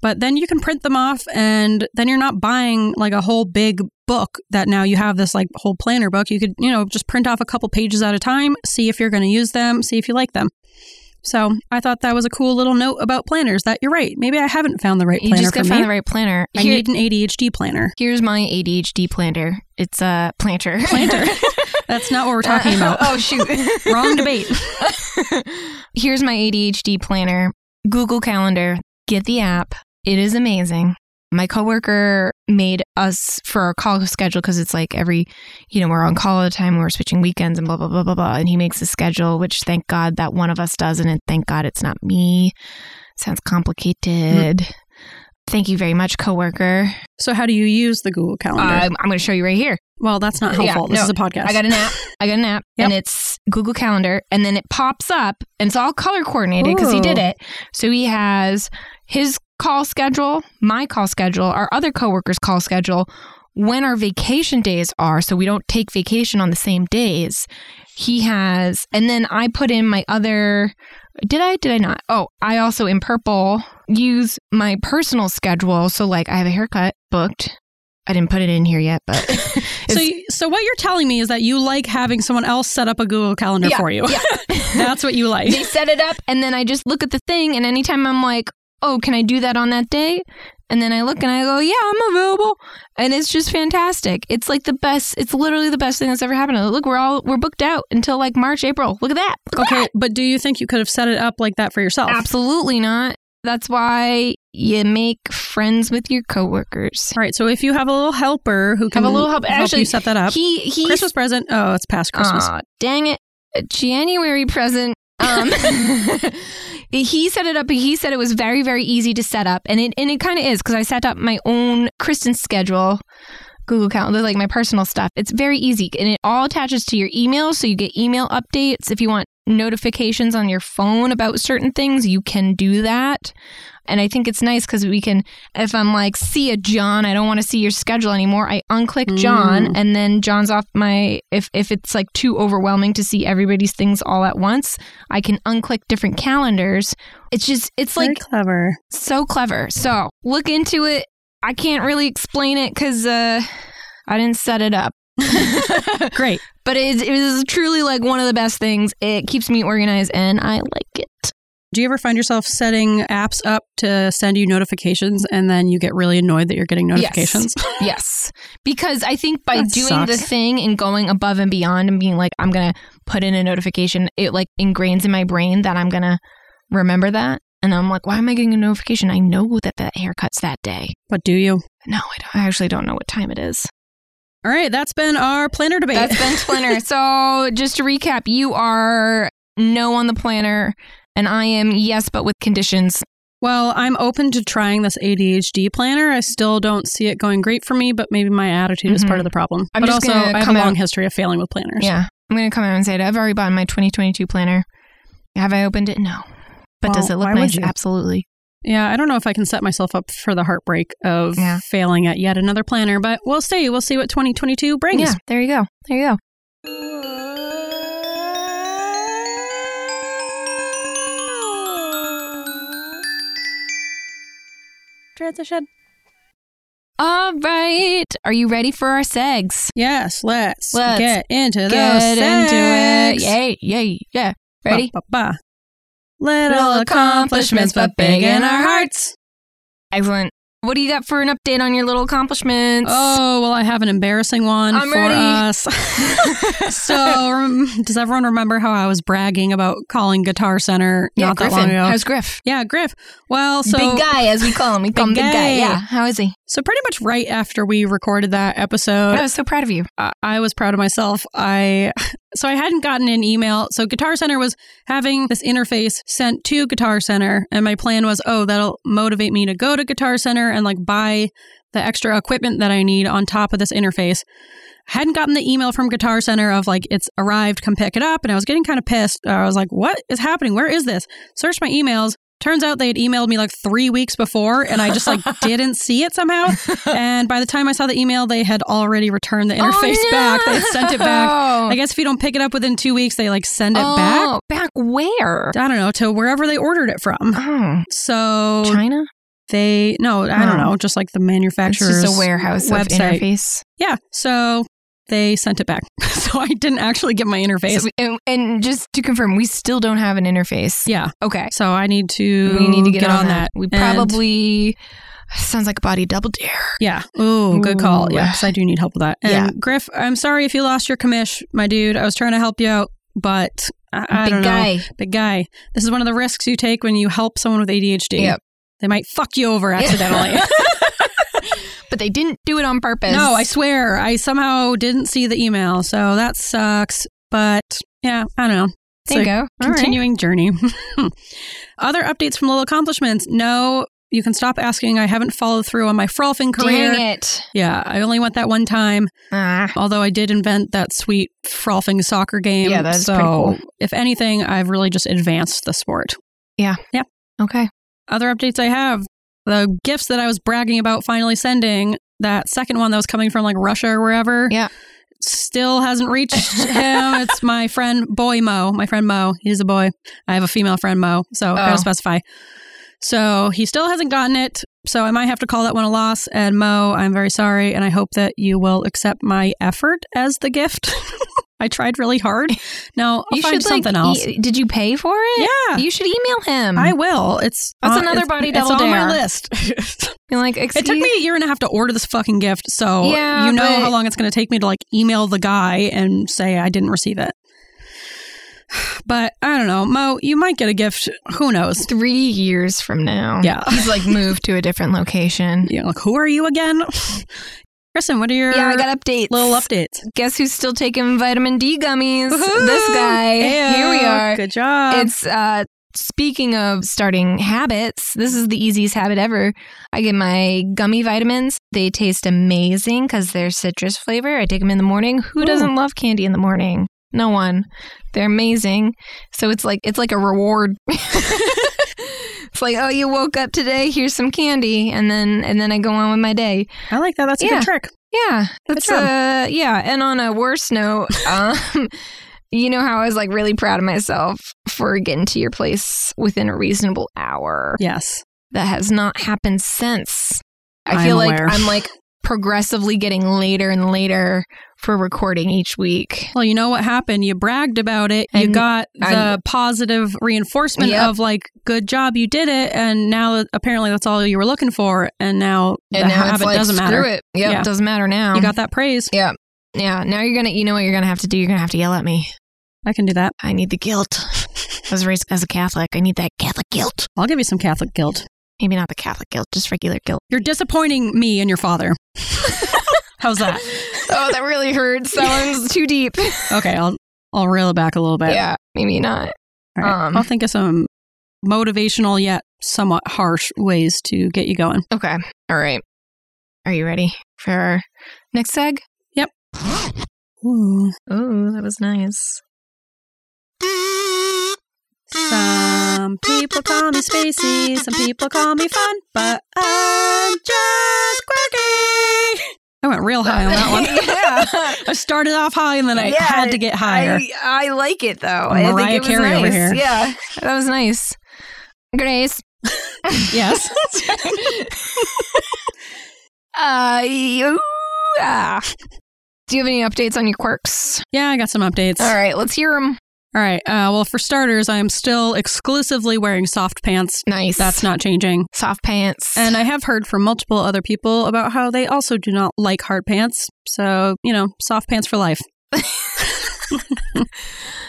S2: But then you can print them off and then you're not buying like a whole big book that now you have this like whole planner book. You could, you know, just print off a couple pages at a time, see if you're going to use them, see if you like them. So I thought that was a cool little note about planners that you're right. Maybe I haven't found the right
S1: You
S2: planner
S1: just
S2: for
S1: gotta
S2: me.
S1: find the right planner.
S2: I
S1: Here-
S2: need an ADHD planner.
S1: Here's my ADHD planter. It's a planter.
S2: Planter. That's not what we're talking about.
S1: oh shoot.
S2: Wrong debate.
S1: Here's my ADHD planner. Google Calendar. Get the app. It is amazing. My coworker made us for our call schedule because it's like every, you know, we're on call all the time. We're switching weekends and blah blah blah blah blah. And he makes a schedule, which thank God that one of us doesn't, and thank God it's not me. Sounds complicated. Thank you very much, coworker.
S2: So how do you use the Google Calendar?
S1: Um, I'm going to show you right here.
S2: well, that's not
S1: yeah,
S2: helpful. this
S1: no,
S2: is a podcast.
S1: I got an app. I got an app,
S2: Yep.
S1: and it's Google Calendar, and then it pops up, and it's all color coordinated because he did
S2: Ooh.
S1: it. So he has his call schedule, my call schedule, our other coworkers' call schedule, when our vacation days are, so we don't take vacation on the same days. He has, and then I put in my other. Did I? Did I not? Oh, I also in purple use my personal schedule. So like I have a haircut booked. I didn't put it in here yet, but
S2: so, you, so what you're telling me is that you like having someone else set up a Google Calendar
S1: Yeah,
S2: for you.
S1: yeah.
S2: That's what you like.
S1: they set it up and then I just look at the thing and anytime I'm like, "Oh, can I do that on that day?" and then I look and I go, "Yeah, I'm available." And it's just fantastic. It's like the best it's literally the best thing that's ever happened. Look, we're all we're booked out until like March, April. Look at that. Look at
S2: Okay, but do you think you could have set it up like that for yourself?
S1: that. Absolutely not. That's why you make friends with your coworkers.
S2: All right. So if you have a little helper who can
S1: Have a little help. Actually,
S2: you set that up.
S1: He he
S2: Christmas present. Oh, it's past Christmas.
S1: Aw, dang it. A January present. Um, he set it up. He said it was very, very easy to set up, and it and it kind of is because I set up my own Kristen schedule, Google Calendar, like my personal stuff. It's very easy, and it all attaches to your email, so you get email updates if you want notifications on your phone about certain things, you can do that. And I think it's nice because we can, if I'm like, see a John, I don't want to see your schedule anymore. I unclick John, and then John's off my. If if it's like too overwhelming to see everybody's things all at once, I can unclick different calendars. It's just, it's
S2: Very
S1: like
S2: clever.
S1: so clever. So look into it. I can't really explain it because uh, I didn't set it up.
S2: Great.
S1: but it is, it is truly like one of the best things. It keeps me organized and I like it.
S2: Do you ever find yourself setting apps up to send you notifications and then you get really annoyed that you're getting
S1: Yes.
S2: notifications?
S1: Yes. Because I think by
S2: That
S1: doing
S2: sucks.
S1: the thing and going above and beyond and being like, I'm going to put in a notification, it like ingrains in my brain that I'm going to remember that. And I'm like, why am I getting a notification? I know that that haircut's that day.
S2: But do you?
S1: No, I, don't, I actually don't know what time it is.
S2: All right, that's been our planner debate.
S1: That's been Splinter. so just to recap, you are no on the planner, and I am yes, but with conditions.
S2: well, I'm open to trying this ADHD planner. I still don't see it going great for me, but maybe my attitude is
S1: Mhm.
S2: part of the problem.
S1: I'm
S2: but
S1: just
S2: also,
S1: gonna
S2: I have a
S1: come
S2: long
S1: out-
S2: history of failing with planners.
S1: Yeah, I'm gonna come out and say it. I've already bought my 2022 planner. Have I opened it? No. But does
S2: Well,
S1: it look
S2: why would
S1: nice?
S2: you?
S1: Absolutely.
S2: Yeah, I don't know if I can set myself up for the heartbreak of
S1: Yeah.
S2: failing at yet another planner, but we'll see. We'll see what 2022 brings.
S1: Yeah. There you go. There you go. All right. Are you ready for our segs?
S2: Yes, let's,
S1: Let's
S2: get into those
S1: Get into
S2: segs.
S1: it. Yay! Yay! Yeah. Ready?
S2: Ba, ba, ba. Little accomplishments, but big in our hearts.
S1: Excellent. What do you got for an update on your little accomplishments?
S2: Oh, well, I have an embarrassing one
S1: I'm
S2: for
S1: ready.
S2: us. so, rem- does everyone remember how I was bragging about calling Guitar Center
S1: yeah,
S2: not
S1: Griffin.
S2: that long ago?
S1: How's Griff?
S2: yeah, Griff. Well, so
S1: big guy, as we call him. We call him
S2: Big
S1: big guy.
S2: guy.
S1: Yeah. How is he?
S2: so pretty much right after we recorded that episode,
S1: I was so proud of you.
S2: I- I was proud of myself. I so I hadn't gotten an email. So Guitar Center was having this interface sent to Guitar Center, and my plan was, oh, that'll motivate me to go to Guitar Center and like buy the extra equipment that I need on top of this interface. Hadn't gotten the email from Guitar Center of like it's arrived, come pick it up, and I was getting kind of pissed. I was like, what is happening? Where is this? Searched my emails. Turns out they had emailed me like three weeks before, and I just like didn't see it somehow. And by the time I saw the email, they had already returned the interface
S1: Oh,
S2: back. They had sent it back.
S1: no.
S2: I guess if you don't pick it up within two weeks, they like send it back.
S1: Oh, back where?
S2: I don't know to wherever they ordered it from.
S1: Oh,
S2: So
S1: China?
S2: they no, I don't
S1: Oh.
S2: know, just like the
S1: It's
S2: manufacturer's
S1: just a warehouse of
S2: website.
S1: interface.
S2: Yeah, so they sent it back. so I didn't actually get my interface.
S1: So we- and, and just to confirm, we still don't have an interface.
S2: yeah,
S1: Okay.
S2: so I need to
S1: we need to get,
S2: on, that.
S1: We
S2: And-
S1: probably sounds like a body double dare.
S2: Yeah. Ooh, good call. Yeah, because I do need help with that. And
S1: Yeah.
S2: Griff, I'm sorry if you lost your commish, my dude. I was trying to help you out, but I, I
S1: big
S2: don't know.
S1: guy.
S2: Big guy. This is one of the risks you take when you help someone with ADHD.
S1: Yep.
S2: They might fuck you over accidentally.
S1: But they didn't do it on purpose.
S2: no, I swear. I somehow didn't see the email, so that sucks. But yeah, I don't know. It's
S1: There you
S2: a
S1: go. All right.
S2: continuing journey. Other updates from little accomplishments. No, you can stop asking. I haven't followed through on my frolfing career.
S1: Dang it.
S2: Yeah, I only went that one time.
S1: Ah.
S2: Although I did invent that sweet frolfing soccer game.
S1: Yeah, that is
S2: so
S1: pretty cool.
S2: if anything, I've really just advanced the sport.
S1: Okay.
S2: Other updates I have the gifts that I was bragging about finally sending, that second one that was coming from like Russia or wherever.
S1: Yeah.
S2: Still hasn't reached him. It's my friend Boy Mo. My friend Mo. He's a boy. I have a female friend Mo, so I
S1: Oh.
S2: gotta specify. So he still hasn't gotten it. So I might have to call that one a loss. And Mo, I'm very sorry, and I hope that you will accept my effort as the gift. I tried really hard. Now I'll
S1: you
S2: find
S1: should
S2: something
S1: like,
S2: else.
S1: e- did you pay for it?
S2: yeah,
S1: You should email him.
S2: I will. It's
S1: Mm. That's
S2: on-
S1: another
S2: it's-
S1: body
S2: it's
S1: double
S2: on my
S1: dare.
S2: list.
S1: Be like, excuse
S2: It took me a year and a half to order this fucking gift, so
S1: Yeah,
S2: you know
S1: but-
S2: how long it's going to take me to like email the guy and say I didn't receive it. But I don't know, Mo. You might get a gift. Who knows?
S1: three years from now.
S2: Yeah,
S1: He's like moved to a different location.
S2: you know, like who are you again, Kristen? What are your
S1: Yeah, I got updates.
S2: little updates?
S1: Guess who's still taking vitamin D gummies? This
S2: Woohoo!
S1: guy.
S2: Ew,
S1: Here we are.
S2: Good job.
S1: It's uh speaking of starting habits, this is the easiest habit ever. I get my gummy vitamins. They taste amazing cuz they're citrus flavor. I take them in the morning. Who
S2: Ooh.
S1: doesn't love candy in the morning? No one. They're amazing. So it's like it's like a reward. it's like, oh, you woke up today. Here's some candy, and then and then I go on with my day.
S2: I like that. That's a
S1: Yeah.
S2: good trick.
S1: Yeah, that's
S2: job.
S1: uh, yeah. And on a worse note, um, you know how I was like really proud of myself for getting to your place within a reasonable hour.
S2: Yes.
S1: That has not happened since. I
S2: I'm
S1: feel
S2: aware.
S1: like I'm like progressively getting later and later for recording each week.
S2: Well, you know what happened? You bragged about it. you
S1: And-
S2: got the
S1: and-
S2: positive reinforcement
S1: Yep.
S2: of like, good job, you did it. And now apparently that's all you were looking for. And now
S1: And
S2: the
S1: now it's
S2: habit
S1: like
S2: doesn't
S1: screw
S2: matter.
S1: it. Yep,
S2: Yeah.
S1: it doesn't matter now.
S2: You got that praise.
S1: yeah. Now you're gonna. You know what you're gonna have to do. You're gonna have to yell at me.
S2: I can do that.
S1: I need the guilt. I was raised as a Catholic. I need that Catholic guilt.
S2: I'll give you some Catholic guilt.
S1: Maybe not the Catholic guilt, just regular guilt.
S2: You're disappointing me and your father. How's that?
S1: oh, that really hurts. That one's too deep.
S2: Okay, I'll I'll reel it back a little bit.
S1: yeah, maybe not.
S2: All right.
S1: um,
S2: I'll think of some motivational yet somewhat harsh ways to get you going.
S1: Okay. All right. Are you ready for our next seg?
S2: Ooh,
S1: Oh, that was nice.
S2: some people call me spacey, some people call me fun, but I'm just quirky. I went real high on that one.
S1: yeah.
S2: I started off high and then I
S1: Yeah,
S2: had to get higher.
S1: I, I like it though. I
S2: Mariah
S1: think it was
S2: Carey
S1: nice.
S2: over here.
S1: Yeah, that was nice. Grace,
S2: yes.
S1: uh, you, ah. do you have any updates on your quirks?
S2: Yeah, I got some updates.
S1: All right, let's hear them.
S2: All right. Uh, well, for starters, I am still exclusively wearing soft pants.
S1: Nice.
S2: That's not changing.
S1: soft pants.
S2: And I have heard from multiple other people about how they also do not like hard pants. So, you know, soft pants for life.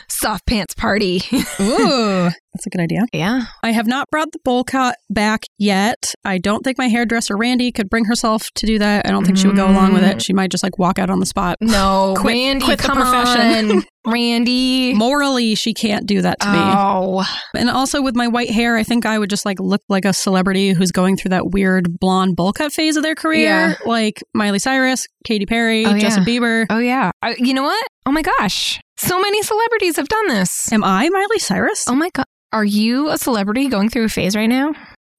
S1: soft pants party.
S2: Ooh. That's a good idea.
S1: yeah.
S2: I have not brought the bowl cut back yet. I don't think my hairdresser, Randy, could bring herself to do that. I don't think she would go along with
S1: Mm.
S2: it. She might just like walk out on the spot.
S1: No,
S2: Quit-
S1: Randy,
S2: quit the
S1: come
S2: profession.
S1: on, Randy.
S2: Morally, she can't do that to me.
S1: Oh,
S2: And also with my white hair, I think I would just like look like a celebrity who's going through that weird blonde bowl cut phase of their career,
S1: Yeah.
S2: like Miley Cyrus, Katy Perry,
S1: Oh, yeah.
S2: Justin Bieber.
S1: oh yeah. I, you know what? Oh my gosh, so many celebrities have done this.
S2: Am I Miley Cyrus?
S1: Oh my god, are you a celebrity going through a phase right now?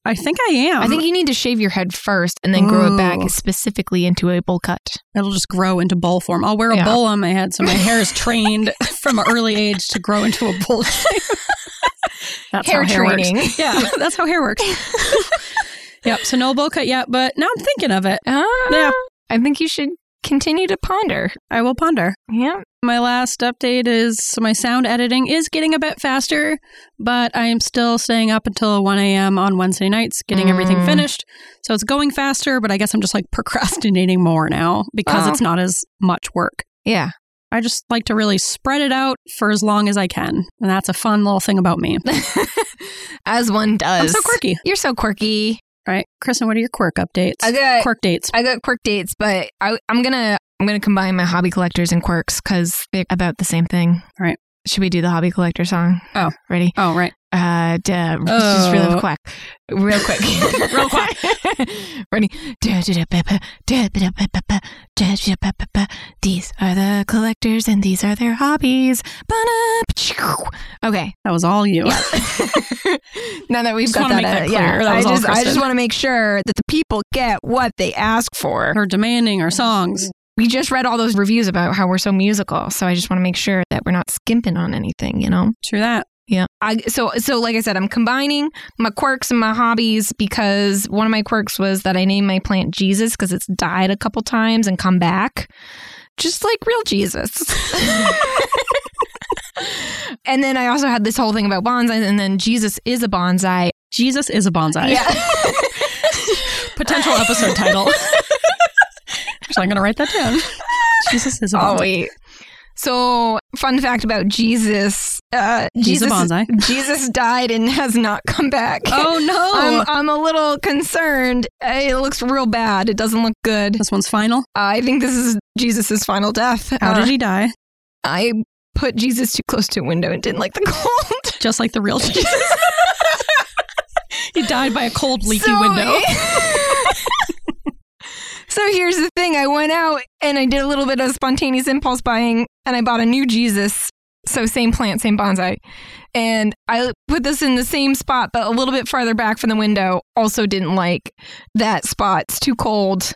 S2: I think I am.
S1: I think you need to shave your head first and then grow it back
S2: Um, Ooh.
S1: specifically into a bowl cut.
S2: It'll just grow into bowl form. I'll wear a
S1: Yeah.
S2: bowl on my head so my hair is trained from an early age to grow into a bowl shape. that's how hair works. Yeah, that's how hair works. yep. So no bowl cut yet, but now I'm thinking of it.
S1: Ah,
S2: Yeah.
S1: I think you should continue to ponder.
S2: I will ponder.
S1: Yeah.
S2: My last update is my sound editing is getting a bit faster, but I am still staying up until 1 a.m. on Wednesday nights getting everything
S1: Mm.
S2: finished. So it's going faster, but I guess I'm just like procrastinating more now because
S1: Oh.
S2: it's not as much work.
S1: Yeah.
S2: I just like to really spread it out for as long as I can. And that's a fun little thing about me.
S1: As one does.
S2: I'm so quirky.
S1: You're so quirky.
S2: All right, Kristen, what are your quirk updates?
S1: Okay.
S2: Quirk dates.
S1: I got quirk dates, but I, I'm gonna I'm gonna combine my hobby collectors and quirks because they're about the same thing.
S2: All right.
S1: Should we do the hobby collector song?
S2: Oh.
S1: ready?
S2: Oh, right.
S1: Uh, duh, just
S2: Oh.
S1: real quick, real quick,
S2: Real quick.
S1: ready? Duh, duh, duh, ba, ba, duh, ba, da, ba, ba, ba, duh, duh, ba, ba, ba. These are the collectors, and these are their hobbies. Ba-da, pa-choo. Okay,
S2: That was all you.
S1: now that we've
S2: Just
S1: got
S2: wanna make
S1: that,
S2: that
S1: out,
S2: clear.
S1: yeah,
S2: That was
S1: I
S2: all
S1: just I just
S2: Kristen.
S1: want to make sure that the people get what they ask for.
S2: Or demanding or songs.
S1: we just read all those reviews about how we're so musical so i just want to make sure that we're not skimping on anything you know
S2: True that.
S1: yeah I, so so like i said i'm combining my quirks and my hobbies because one of my quirks was that i named my plant jesus because it's died a couple times and come back just like real jesus and then i also had this whole thing about bonsai and then jesus is a bonsai
S2: Jesus is a bonsai. Potential episode title. Actually, I'm going to write that down. Jesus is a
S1: Oh
S2: bonsai.
S1: wait. So, fun fact about Jesus: uh,
S2: He's a
S1: Jesus,
S2: bonsai.
S1: Jesus died and has not come back.
S2: Oh, no.
S1: I'm, I'm a little concerned. Uh, It looks real bad. It doesn't look good. Uh,
S2: this one's final.
S1: I think this is Jesus's final death.
S2: How
S1: Uh,
S2: did he die?
S1: I put Jesus too close to a window and didn't like the cold.
S2: Just like the real Jesus. he died by a cold, leaky
S1: So-
S2: window.
S1: so here's the thing: I went out and I did a little bit of spontaneous impulse buying, and I bought a new Jesus So same plant, same bonsai. And I put this in the same spot, but a little bit farther back from the window. Also didn't like that spot. It's too cold.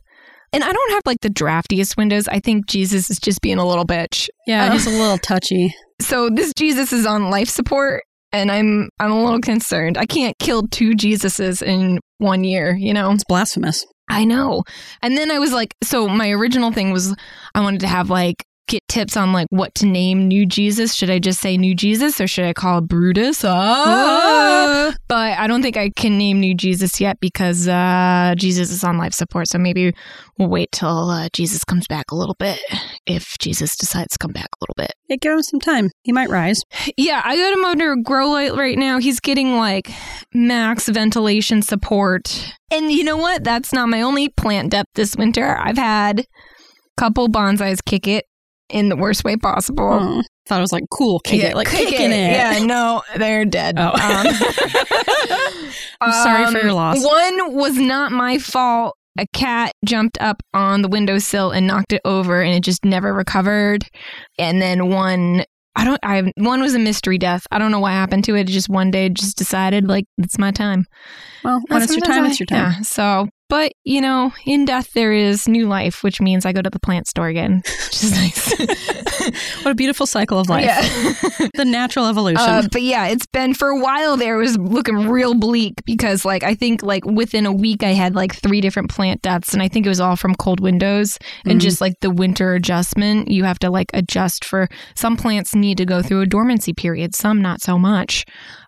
S1: And I don't have like the draftiest windows. I think Jesus is just being a little bitch.
S2: Yeah,
S1: Oh.
S2: he's a little touchy.
S1: So this Jesus is on life support and I'm I'm a little concerned. I can't kill two Jesuses in one year, you know.
S2: It's blasphemous.
S1: I know. And then I was like, so my original thing was I wanted to have like get tips on like what to name new Jesus. Should I just say new Jesus or should I call it Brutus? Ah! But I don't think I can name new Jesus yet because uh, Jesus is on life support. So maybe we'll wait till uh, Jesus comes back a little bit if Jesus decides to come back a little bit.
S2: Hey, give him some time. He might rise.
S1: Yeah, I got him under a grow light right now. He's getting like max ventilation support. And you know what? That's not my only plant depth this winter. I've had a couple bonsais kick it in the worst way possible.
S2: Oh, thought it was like cool, kick
S1: Yeah,
S2: it, like
S1: kick
S2: kicking it.
S1: Yeah, no, they're dead. Um,
S2: Oh. I'm sorry for your loss.
S1: One was not my fault. A cat jumped up on the windowsill and knocked it over, and it just never recovered. And then one, I don't, I one was a mystery death. I don't know what happened to it. It just one day just decided like it's my time.
S2: Well, when it's your time,
S1: Sometimes I-
S2: it's your time.
S1: Yeah. So, but you know, in death there is new life, which means I go to the plant store again, which is nice.
S2: What a beautiful cycle of life.
S1: Yeah.
S2: The natural evolution.
S1: Uh, but yeah, it's been for a while there. It was looking real bleak because, like, I think like within a week I had like three different plant deaths, and I think it was all from cold windows and
S2: Mhm.
S1: just like the winter adjustment. You have to like adjust for some plants need to go through a dormancy period, some not so much.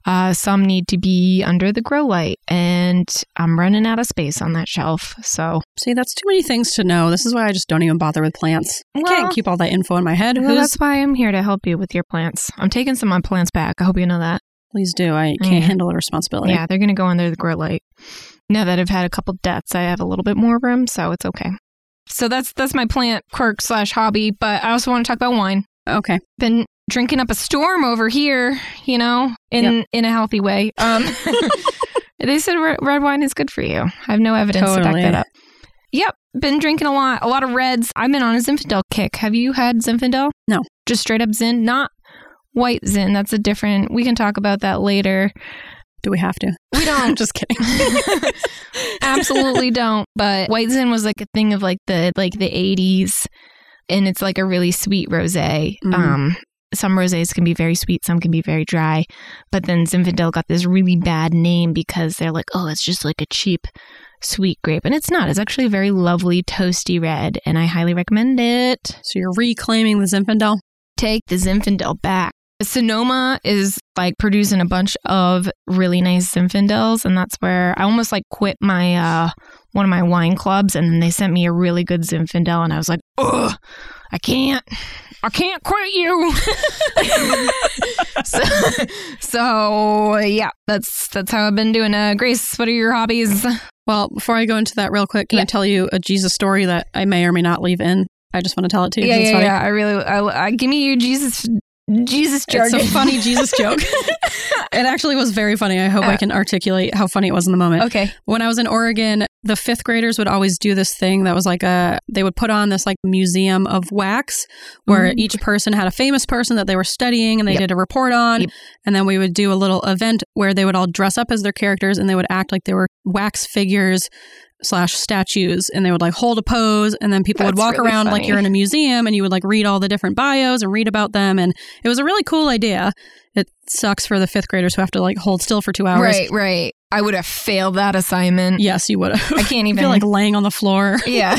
S1: Uh, some need to be under the grow light, and I'm running out of space on that shelf. So
S2: See, that's too many things to know. This is why I just don't even bother with plants. I
S1: Well-
S2: can't keep all that info in my head.
S1: Well,
S2: Who's,
S1: that's why I'm here to help you with your plants. I'm taking some of my plants back. I hope you know that.
S2: please do. I can't
S1: Yeah.
S2: handle the responsibility.
S1: Yeah, they're going to go under the grow light. Now that I've had a couple deaths, I have a little bit more room, so it's okay. So that's that's my plant quirk slash hobby. But I also want to talk about wine.
S2: Okay.
S1: Been drinking up a storm over here, you know, in in a healthy way. Um, they said re- red wine is good for you. I have no evidence to back
S2: Totally.
S1: that up. Yep, been drinking a lot, a lot of reds. I've been on a Zinfandel kick. Have you had Zinfandel?
S2: No.
S1: just straight up Zin, not white Zin. That's a different. We can talk about that later.
S2: Do we have to?
S1: We don't.
S2: I'm just kidding.
S1: absolutely don't but white zin was like a thing of like the like the 80s and it's like a really sweet rosé
S2: Mhm.
S1: um some rosés can be very sweet some can be very dry but then zinfandel got this really bad name because they're like oh it's just like a cheap sweet grape and it's not it's actually a very lovely toasty red and i highly recommend it
S2: So you're reclaiming the Zinfandel?
S1: take the Zinfandel back. Sonoma is like producing a bunch of really nice Zinfandels, and that's where I almost like quit my uh, one of my wine clubs, and then they sent me a really good Zinfandel, and I was like, ugh, I can't, I can't quit you. so, so yeah, that's that's how I've been doing. Uh, Grace, what are your hobbies?
S2: Well, before I go into that real quick, can I
S1: Yeah.
S2: tell you a Jesus story that I may or may not leave in? I just want to tell it to you.
S1: yeah,
S2: 'cause it's
S1: yeah,
S2: funny.
S1: yeah. I really, I, I, give me your Jesus, Jesus jargon.
S2: It's a funny Jesus joke. It actually was very funny. I hope I can articulate how funny it was in the moment.
S1: okay.
S2: When I was in Oregon, the fifth graders would always do this thing that was like a, they would put on this like museum of wax where
S1: Mm.
S2: each person had a famous person that they were studying and they
S1: Yep.
S2: did a report on.
S1: Yep.
S2: And then we would do a little event where they would all dress up as their characters and they would act like they were wax figures slash statues and they would like hold a pose and then people would
S1: That's
S2: walk
S1: really
S2: around like
S1: funny.
S2: you're in a museum and you would like read all the different bios and read about them and it was a really cool idea it sucks for the fifth graders who have to like hold still for two hours
S1: Right, right. I would have failed that assignment.
S2: yes you would have
S1: I can't
S2: I
S1: even.
S2: feel like laying on the floor.
S1: yeah,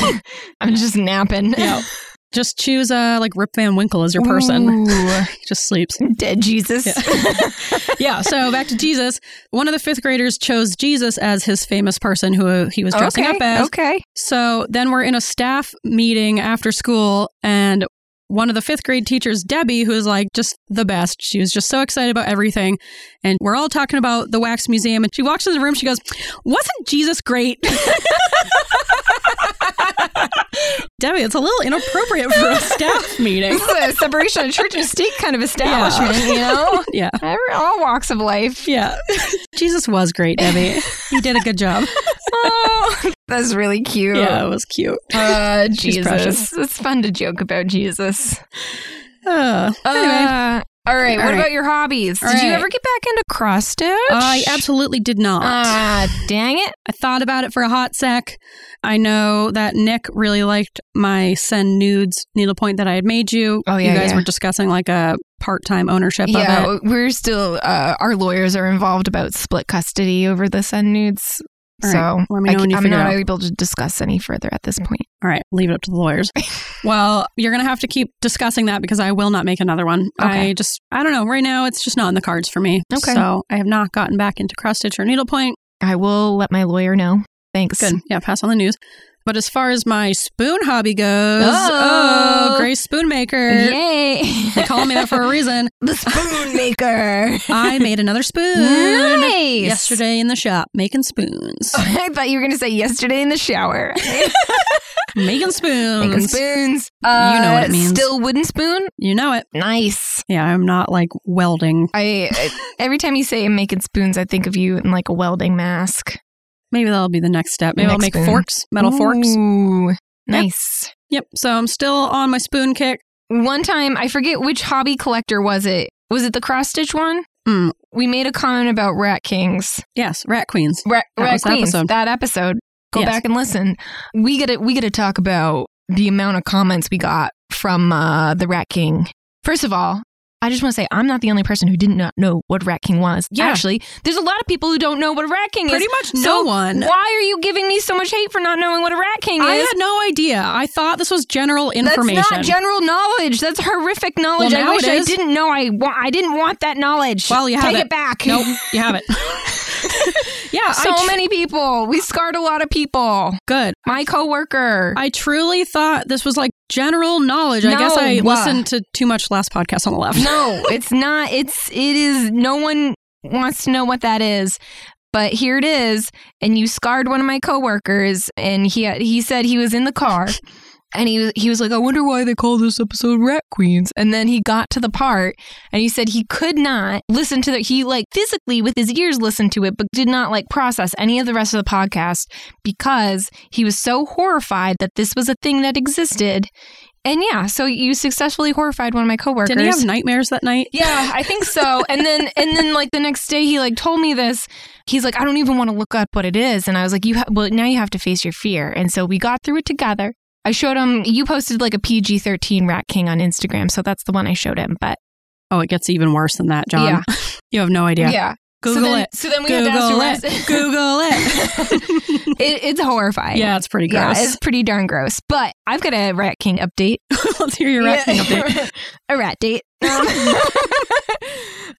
S1: I'm just napping.
S2: Yeah. Just choose uh like Rip Van Winkle as your person.
S1: Ooh,
S2: He just sleeps.
S1: dead Jesus.
S2: Yeah. So back to Jesus. One of the fifth graders chose Jesus as his famous person who he was dressing
S1: Oh, okay,
S2: up as.
S1: Okay.
S2: So then we're in a staff meeting after school and one of the fifth grade teachers, Debbie, who's like just the best. She was just so excited about everything. And we're all talking about the wax museum. And she walks into the room. She goes, Wasn't Jesus great? Debbie, it's a little inappropriate for a staff meeting.
S1: This is a separation of church and state kind of establishment, you know?
S2: Yeah.
S1: Every- All walks of life.
S2: Yeah. Jesus was great, Debbie. He did a good job.
S1: Oh, that's really cute.
S2: Yeah, it was cute.
S1: Uh,
S2: precious.
S1: Jesus. It's fun to joke about Jesus.
S2: Uh, anyway,
S1: Uh, All right.
S2: All
S1: what
S2: right.
S1: about your hobbies?
S2: All
S1: Did you
S2: right.
S1: ever get back into cross stitch?
S2: I absolutely did not.
S1: Ah, dang it.
S2: I thought about it for a hot sec. I know that Nick really liked my send nudes needlepoint that I had made you.
S1: Oh, yeah,
S2: you guys
S1: yeah.
S2: were discussing like a part-time ownership of it.
S1: Yeah, we're still. Uh, our lawyers are involved about split custody over the sun nudes.
S2: All
S1: so
S2: right, let me
S1: I
S2: know when
S1: c-
S2: you
S1: I'm
S2: figure
S1: not
S2: it out. Mm.
S1: able to discuss any further at this point.
S2: All right, leave it up to the lawyers. well, you're going to have to keep discussing that because I will not make another one.
S1: Okay.
S2: I just, I don't know. Right now, it's just not in the cards for me.
S1: Okay.
S2: So I have not gotten back into cross stitch or needlepoint.
S1: I will let my lawyer know. Thanks.
S2: Good. Yeah, pass on the news. But as far as my spoon hobby goes,
S1: Oh.
S2: oh, Grace Spoon Maker.
S1: Yay!
S2: Er, They call me that for a reason.
S1: the spoon maker.
S2: I made another spoon
S1: nice.
S2: yesterday in the shop, making spoons.
S1: I thought you were gonna say yesterday in the shower.
S2: making spoons.
S1: Making spoons. Uh,
S2: You know what it means.
S1: Still wooden spoon.
S2: You know it.
S1: Nice.
S2: Yeah, I'm not like welding.
S1: I I- every time you say I'm making spoons, I think of you in like a welding mask.
S2: Maybe that'll be the next step. Maybe I'll make
S1: Next spoon.
S2: forks, metal forks.
S1: Ooh, nice.
S2: Yep. So I'm still on my spoon kick.
S1: One time, I forget which hobby collector was it. Was it the cross stitch one?
S2: Mm.
S1: We made a comment about rat kings.
S2: Yes, rat queens.
S1: Rat,
S2: That
S1: rat
S2: was the
S1: queens.
S2: episode.
S1: That episode. Go
S2: Yes.
S1: back and listen. We gotta we gotta talk about the amount of comments we got from uh, the rat king. First of all. I just want to say I'm not the only person who did not know what Rat King was.
S2: Yeah.
S1: Actually, there's a lot of people who don't know what a Rat King is.
S2: Pretty much
S1: So
S2: no one.
S1: Why are you giving me so much hate for not knowing what a rat king is?
S2: I had no idea. I thought this was general information.
S1: That's not general knowledge. That's horrific knowledge.
S2: Well,
S1: I
S2: now
S1: wish
S2: it
S1: I
S2: is.
S1: didn't know. I wa- I didn't want that knowledge.
S2: Well, you have
S1: Take it,
S2: it.
S1: back.
S2: nope, you have it. yeah,
S1: So
S2: I tr-
S1: many people. We scarred a lot of people.
S2: good.
S1: My coworker.
S2: I truly thought this was like general knowledge. I guess
S1: No.
S2: I listened to too much last podcast on the left.
S1: no, it's not. It's it is. No one wants to know what that is. But here it is, and you scarred one of my coworkers, and he he said he was in the car, and he was- he was like, I wonder why they call this episode Rat Queens, and then he got to the part, and he said he could not listen to the he like physically with his ears listened to it, but did not like process any of the rest of the podcast because he was so horrified that this was a thing that existed, and yeah, so you successfully horrified one of my coworkers.
S2: Didn't he have nightmares that night?
S1: Yeah, I think so. And then and then like the next day he like told me this. He's like I don't even want to look up what it is and I was like you ha- well now you have to face your fear. And so we got through it together. I showed him you posted like a PG-13 Rat King on Instagram, so that's the one I showed him. But
S2: Oh, it gets even worse than that, John.
S1: Yeah.
S2: you have no idea. Google
S1: so then,
S2: it.
S1: So then we had to ask
S2: Google
S1: the
S2: it.
S1: rest-
S2: Google it.
S1: it. It's horrifying.
S2: yeah, it's pretty
S1: Yeah,
S2: gross.
S1: it's pretty darn gross. But I've got a Rat King update.
S2: Let's hear your rat king update.
S1: a rat date. Um,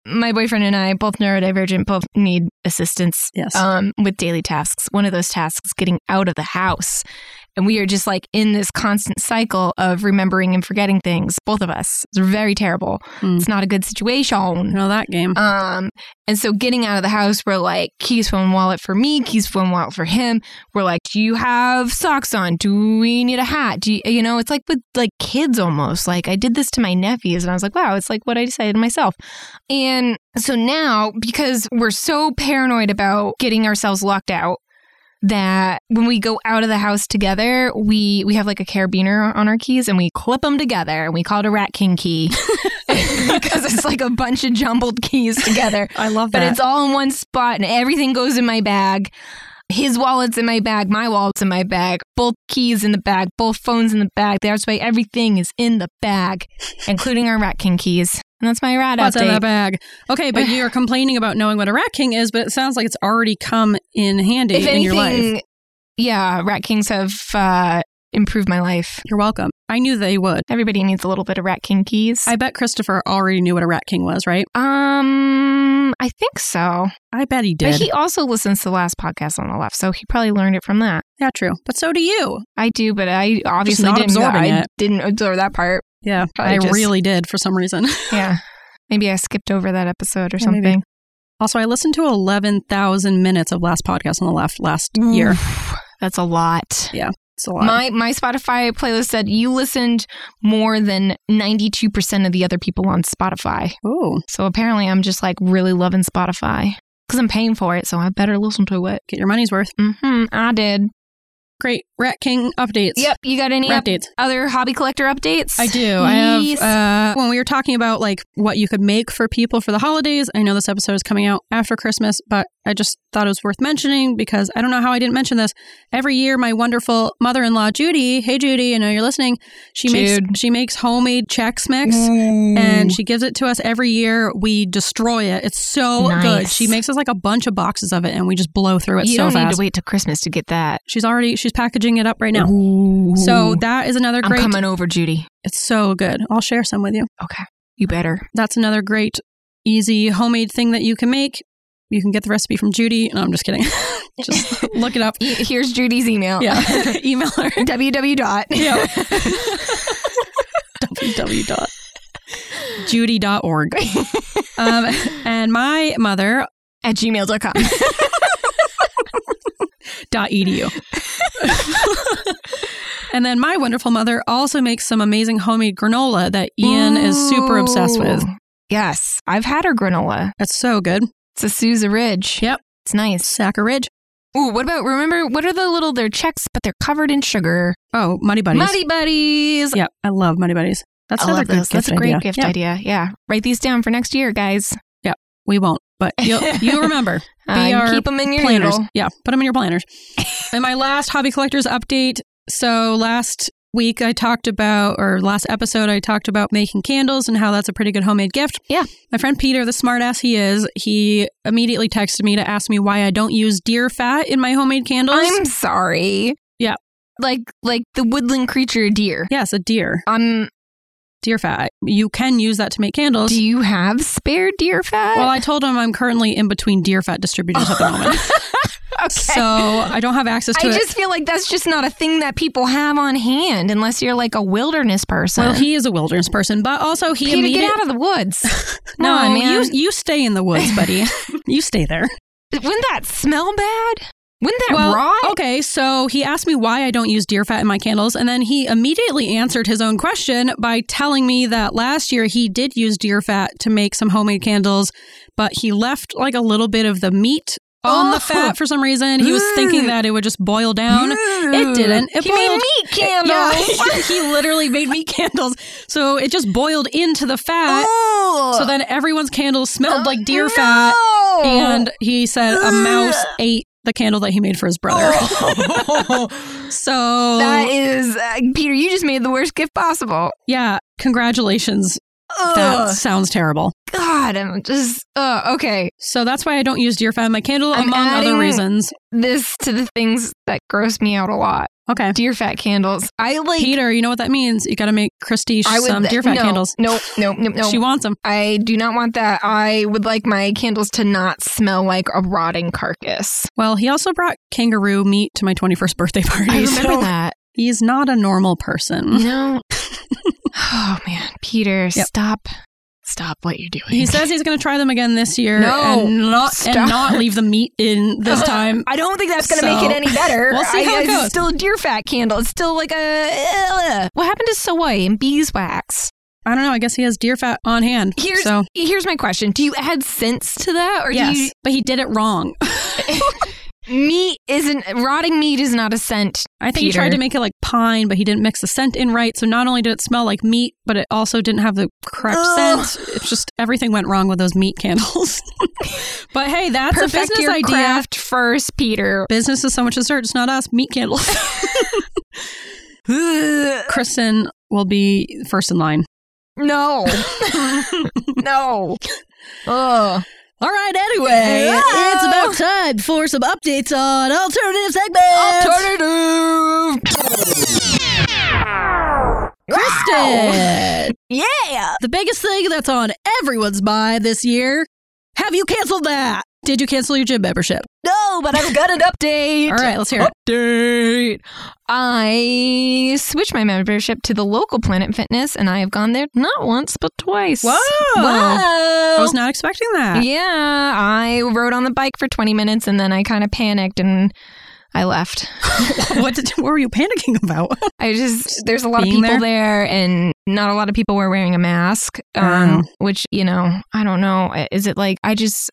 S1: My boyfriend and I, both neurodivergent, both need assistance
S2: Yes.
S1: um, with daily tasks. One of those tasks is getting out of the house. And we are just like in this constant cycle of remembering and forgetting things, both of us. It's very terrible.
S2: Mm.
S1: It's not a good situation.
S2: You know that game.
S1: Um, and so getting out of the house, we're like, keys, phone, wallet for me, keys, phone, wallet for him. We're like, do you have socks on? Do we need a hat? Do you, you know, it's like with like kids almost. Like I did this to my nephews and I was like, wow, it's like what I decided myself. And so now, because we're so paranoid about getting ourselves locked out, that when we go out of the house together, we we have like a carabiner on our keys and we clip them together and we call it a Rat King key because it's like a bunch of jumbled keys together.
S2: I love
S1: But
S2: that.
S1: it's all in one spot and everything goes in my bag. His wallet's in my bag, my wallet's in my bag, both keys in the bag, both phones in the bag. That's why everything is in the bag, including our Rat King keys. And that's my rat
S2: What's in
S1: update.
S2: that bag? Okay, but you're complaining about knowing what a rat king is, but it sounds like it's already come in handy
S1: if
S2: in your life.
S1: anything, yeah, Rat Kings have uh, improved my life.
S2: You're welcome. I knew they would.
S1: Everybody needs a little bit of Rat King keys.
S2: I bet Christopher already knew what a rat king was, right?
S1: um, I think so.
S2: I bet he did.
S1: But he also listens to the last podcast on the left, so he probably learned it from that.
S2: yeah, true. But so do you.
S1: I do, but I obviously
S2: not
S1: didn't.
S2: absorbing
S1: I
S2: it.
S1: didn't absorb that part.
S2: Yeah,
S1: Probably
S2: I
S1: just-
S2: really did for some reason.
S1: Yeah, maybe I skipped over that episode or
S2: Yeah, maybe.
S1: something.
S2: Also, I listened to 11,000 minutes of Last Podcast on the Left last year.
S1: Oof, that's a lot.
S2: It's a lot.
S1: Mm. My my Spotify playlist said you listened more than ninety two percent of the other people on Spotify.
S2: oh,
S1: So apparently, I'm just like really loving Spotify because I'm paying for it, so I better listen to it.
S2: get your money's worth.
S1: hmm I did.
S2: Great. Rat King updates.
S1: Yep. You got any
S2: Rat
S1: up-
S2: dates.
S1: other hobby collector updates?
S2: I do.
S1: Yes.
S2: I have. Uh, when we were talking about like what you could make for people for the holidays, I know this episode is coming out after Christmas, but I just thought it was worth mentioning because I don't know how I didn't mention this. Every year, my wonderful mother-in-law Judy, hey Judy, I know you're listening. She
S1: Jude.
S2: makes she makes homemade Chex Mix.
S1: Mm.
S2: And she gives it to us every year. We destroy it. It's so
S1: Nice.
S2: good. She makes us like a bunch of boxes of it, and we just blow through it
S1: you
S2: so
S1: don't
S2: fast.
S1: need to wait till Christmas to get that.
S2: She's already she's packaging it up right now. So that is another
S1: I'm
S2: great.
S1: coming over, Judy.
S2: It's so good. I'll share some with you.
S1: Okay. You better.
S2: that's another great, easy homemade thing that you can make. You can get the recipe from Judy. No, I'm just kidding. just look it up.
S1: Y- Here's Judy's email.
S2: Yeah, email her.
S1: www dot.
S2: Yeah. www.judy.org. Um, and my mother
S1: At gmail.com.
S2: dot edu. and then my wonderful mother also makes some amazing homemade granola that Ian is super obsessed with.
S1: Ooh. Yes. I've had her granola.
S2: It's so good.
S1: It's a Sousa Ridge.
S2: Yep.
S1: It's nice.
S2: Sacker Ridge.
S1: Ooh, what about remember what are the little they're checks, but they're covered in sugar?
S2: Oh, Muddy Buddies.
S1: Muddy buddies.
S2: Yeah, I love Muddy Buddies. That's
S1: I
S2: another
S1: love
S2: good
S1: those.
S2: gift
S1: That's a great
S2: idea.
S1: gift
S2: Yeah.
S1: idea. Yeah. Write these down for next year, guys.
S2: We won't, but you'll, you remember. Be
S1: uh,
S2: our
S1: keep them in your
S2: planners.
S1: noodle.
S2: Yeah, put them in your planners. and my last hobby collectors update. So last week I talked about, or last episode I talked about making candles and how that's a pretty good homemade gift.
S1: Yeah.
S2: My friend Peter, the smartass he is, he immediately texted me to ask me why I don't use deer fat in my homemade candles.
S1: I'm sorry.
S2: Yeah.
S1: Like like the woodland creature deer.
S2: yes, a deer.
S1: Um
S2: Deer fat. You can use that to make candles.
S1: do you have spare deer fat?
S2: well, I told him I'm currently in between deer fat distributors at the moment.
S1: okay.
S2: So I don't have access to
S1: I
S2: it.
S1: just feel like that's just not a thing that people have on hand unless you're like a wilderness person.
S2: well, he is a wilderness person, but also he
S1: Peter,
S2: immediately
S1: get out of the woods. Come
S2: No,
S1: on, Oh, man.
S2: you you stay in the woods, buddy. you stay there.
S1: Wouldn't that smell bad? Wouldn't that
S2: Well,
S1: rot?
S2: Okay, so he asked me why I don't use deer fat in my candles, and then he immediately answered his own question by telling me that last year he did use deer fat to make some homemade candles, but he left like a little bit of the meat on
S1: Oh. Mm.
S2: the fat for some reason. He was thinking that it would just boil down. It didn't. It
S1: he
S2: boiled-
S1: made meat candles.
S2: Yeah, he literally made meat candles, so it just boiled into the fat.
S1: Oh.
S2: So then everyone's candles smelled like deer fat.
S1: Oh.
S2: And he said a mouse ate the candle that he made for his brother. so,
S1: Oh. that is uh, Peter. You just made the worst gift possible.
S2: yeah, congratulations. That
S1: Ugh.
S2: sounds terrible.
S1: God, I'm just uh, okay.
S2: So that's why I don't use deer fat in my candle,
S1: I'm
S2: among
S1: adding-
S2: other reasons.
S1: This to the things that gross me out a lot.
S2: Okay.
S1: Deer fat candles. I like.
S2: Peter, you know what that means. You got to make Christy
S1: I would
S2: some deer fat
S1: no,
S2: candles.
S1: No, no, no, no.
S2: She wants them.
S1: I do not want that. I would like my candles to not smell like a rotting carcass.
S2: Well, he also brought kangaroo meat to my 21st birthday party. so
S1: that.
S2: He's not a normal person.
S1: You know, oh man, Peter,
S2: Yep.
S1: stop, stop what you're doing.
S2: He says he's going to try them again this year
S1: No,
S2: and not
S1: stop.
S2: and not leave the meat in this time.
S1: I don't think that's going to
S2: So-
S1: make it any better.
S2: We'll see
S1: I-
S2: how it
S1: it's
S2: goes.
S1: still a deer fat candle. It's still like a. uh, What happened to soy and beeswax?
S2: I don't know. I guess he has deer fat on hand.
S1: Here's
S2: so
S1: here's my question: Do you add scents to that, or
S2: yes,
S1: do you?
S2: but he did it wrong.
S1: Meat isn't rotting. Meat is not a scent.
S2: I think he tried
S1: Peter.
S2: to make it like pine, but he didn't mix the scent in right. So not only did it smell like meat, but it also didn't have the correct
S1: Ugh.
S2: scent. It's just everything went wrong with those meat candles. but hey, that's a
S1: Perfect
S2: business
S1: your
S2: idea.
S1: craft first, Peter.
S2: Business is so much as dirt. It's not us. Meat candles.
S1: Ugh.
S2: Kristen will be first in line.
S1: No, no. Ugh.
S2: All right. Anyway,
S1: Hello.
S2: it's about time for some updates on alternative segments.
S1: Alternative.
S2: Kristen.
S1: Yeah.
S2: The biggest thing that's on everyone's mind this year. Have you canceled that? Did you cancel your gym membership?
S1: No, but I've got an update.
S2: All right, let's hear it.
S1: Update. I switched my membership to the local Planet Fitness, and I have gone there not once but twice.
S2: I
S1: Wow.
S2: was not expecting that.
S1: yeah, I rode on the bike for 20 minutes, and then I kind of panicked and I left.
S2: what did what were you panicking about?
S1: I just there's a lot of
S2: Being
S1: people there. and not a lot of people were wearing a mask. Um,
S2: Wow.
S1: which you know, I don't know. Is it like I just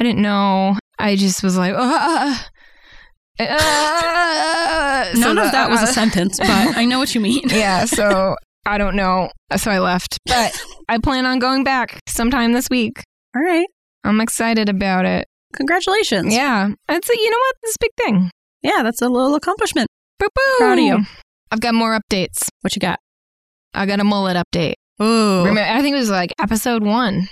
S1: I didn't know. I just was like, uh, Uh, so
S2: None
S1: the-
S2: of that was a
S1: uh,
S2: sentence, but I know what you mean.
S1: yeah, so I don't know. So I left. But I plan on going back sometime this week.
S2: All right.
S1: I'm excited about it.
S2: Congratulations.
S1: Yeah. It's a, you know what? This is a big thing.
S2: Yeah, that's a little accomplishment.
S1: Boo boo.
S2: Proud of you.
S1: I've got more updates.
S2: What you got?
S1: I got a mullet update.
S2: Ooh.
S1: Remember, I think it was like episode one.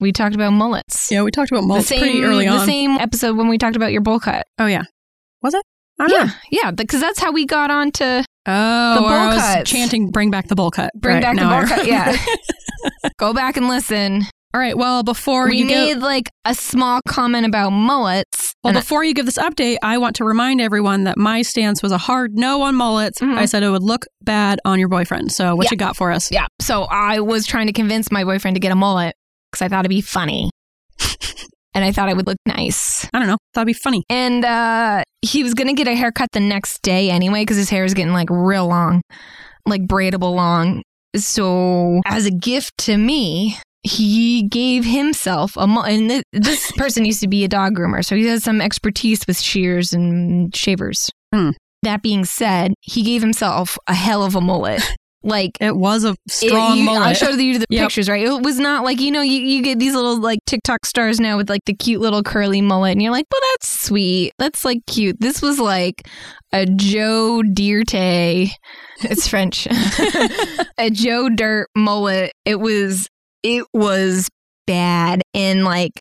S1: We talked about mullets.
S2: yeah, we talked about mulch
S1: the same,
S2: pretty early
S1: The
S2: on.
S1: same episode when we talked about your bowl cut.
S2: oh, yeah. Was it? I don't
S1: Yeah, yeah, because that's how we got on to
S2: know. Oh,
S1: The bowl
S2: I was
S1: cuts.
S2: chanting, bring back the bowl cut.
S1: bring
S2: Right,
S1: back the
S2: now I
S1: bowl cut.
S2: remember.
S1: Yeah, go back and listen.
S2: All right. Well, before
S1: we
S2: you go-
S1: need like a small comment about mullets.
S2: Well,
S1: And
S2: before you give this update, I want to remind everyone that my stance was a hard no on mullets.
S1: Mhm.
S2: I said it would look bad on your boyfriend. So, what
S1: Yeah.
S2: you got for us?
S1: yeah, so I was trying to convince my boyfriend to get a mullet because I thought it'd be funny, and I thought it would look nice.
S2: I don't know. That'd be funny.
S1: And uh, he was gonna get a haircut the next day anyway because his hair is getting like real long, like braidable long. So as a gift to me, he gave himself a mu- and th- this person used to be a dog groomer, so he has some expertise with shears and shavers.
S2: Hmm.
S1: That being said, he gave himself a hell of a mullet. Like
S2: It was a
S1: it-
S2: strong
S1: you-
S2: mullet.
S1: I showed you the
S2: Yep.
S1: pictures, right? It was not like you know you, you get these little like TikTok stars now with like the cute little curly mullet, and you're like, well, that's sweet, that's like cute. This was like a Joe Dirte, it's French, a Joe Dirt mullet. It was it was bad and like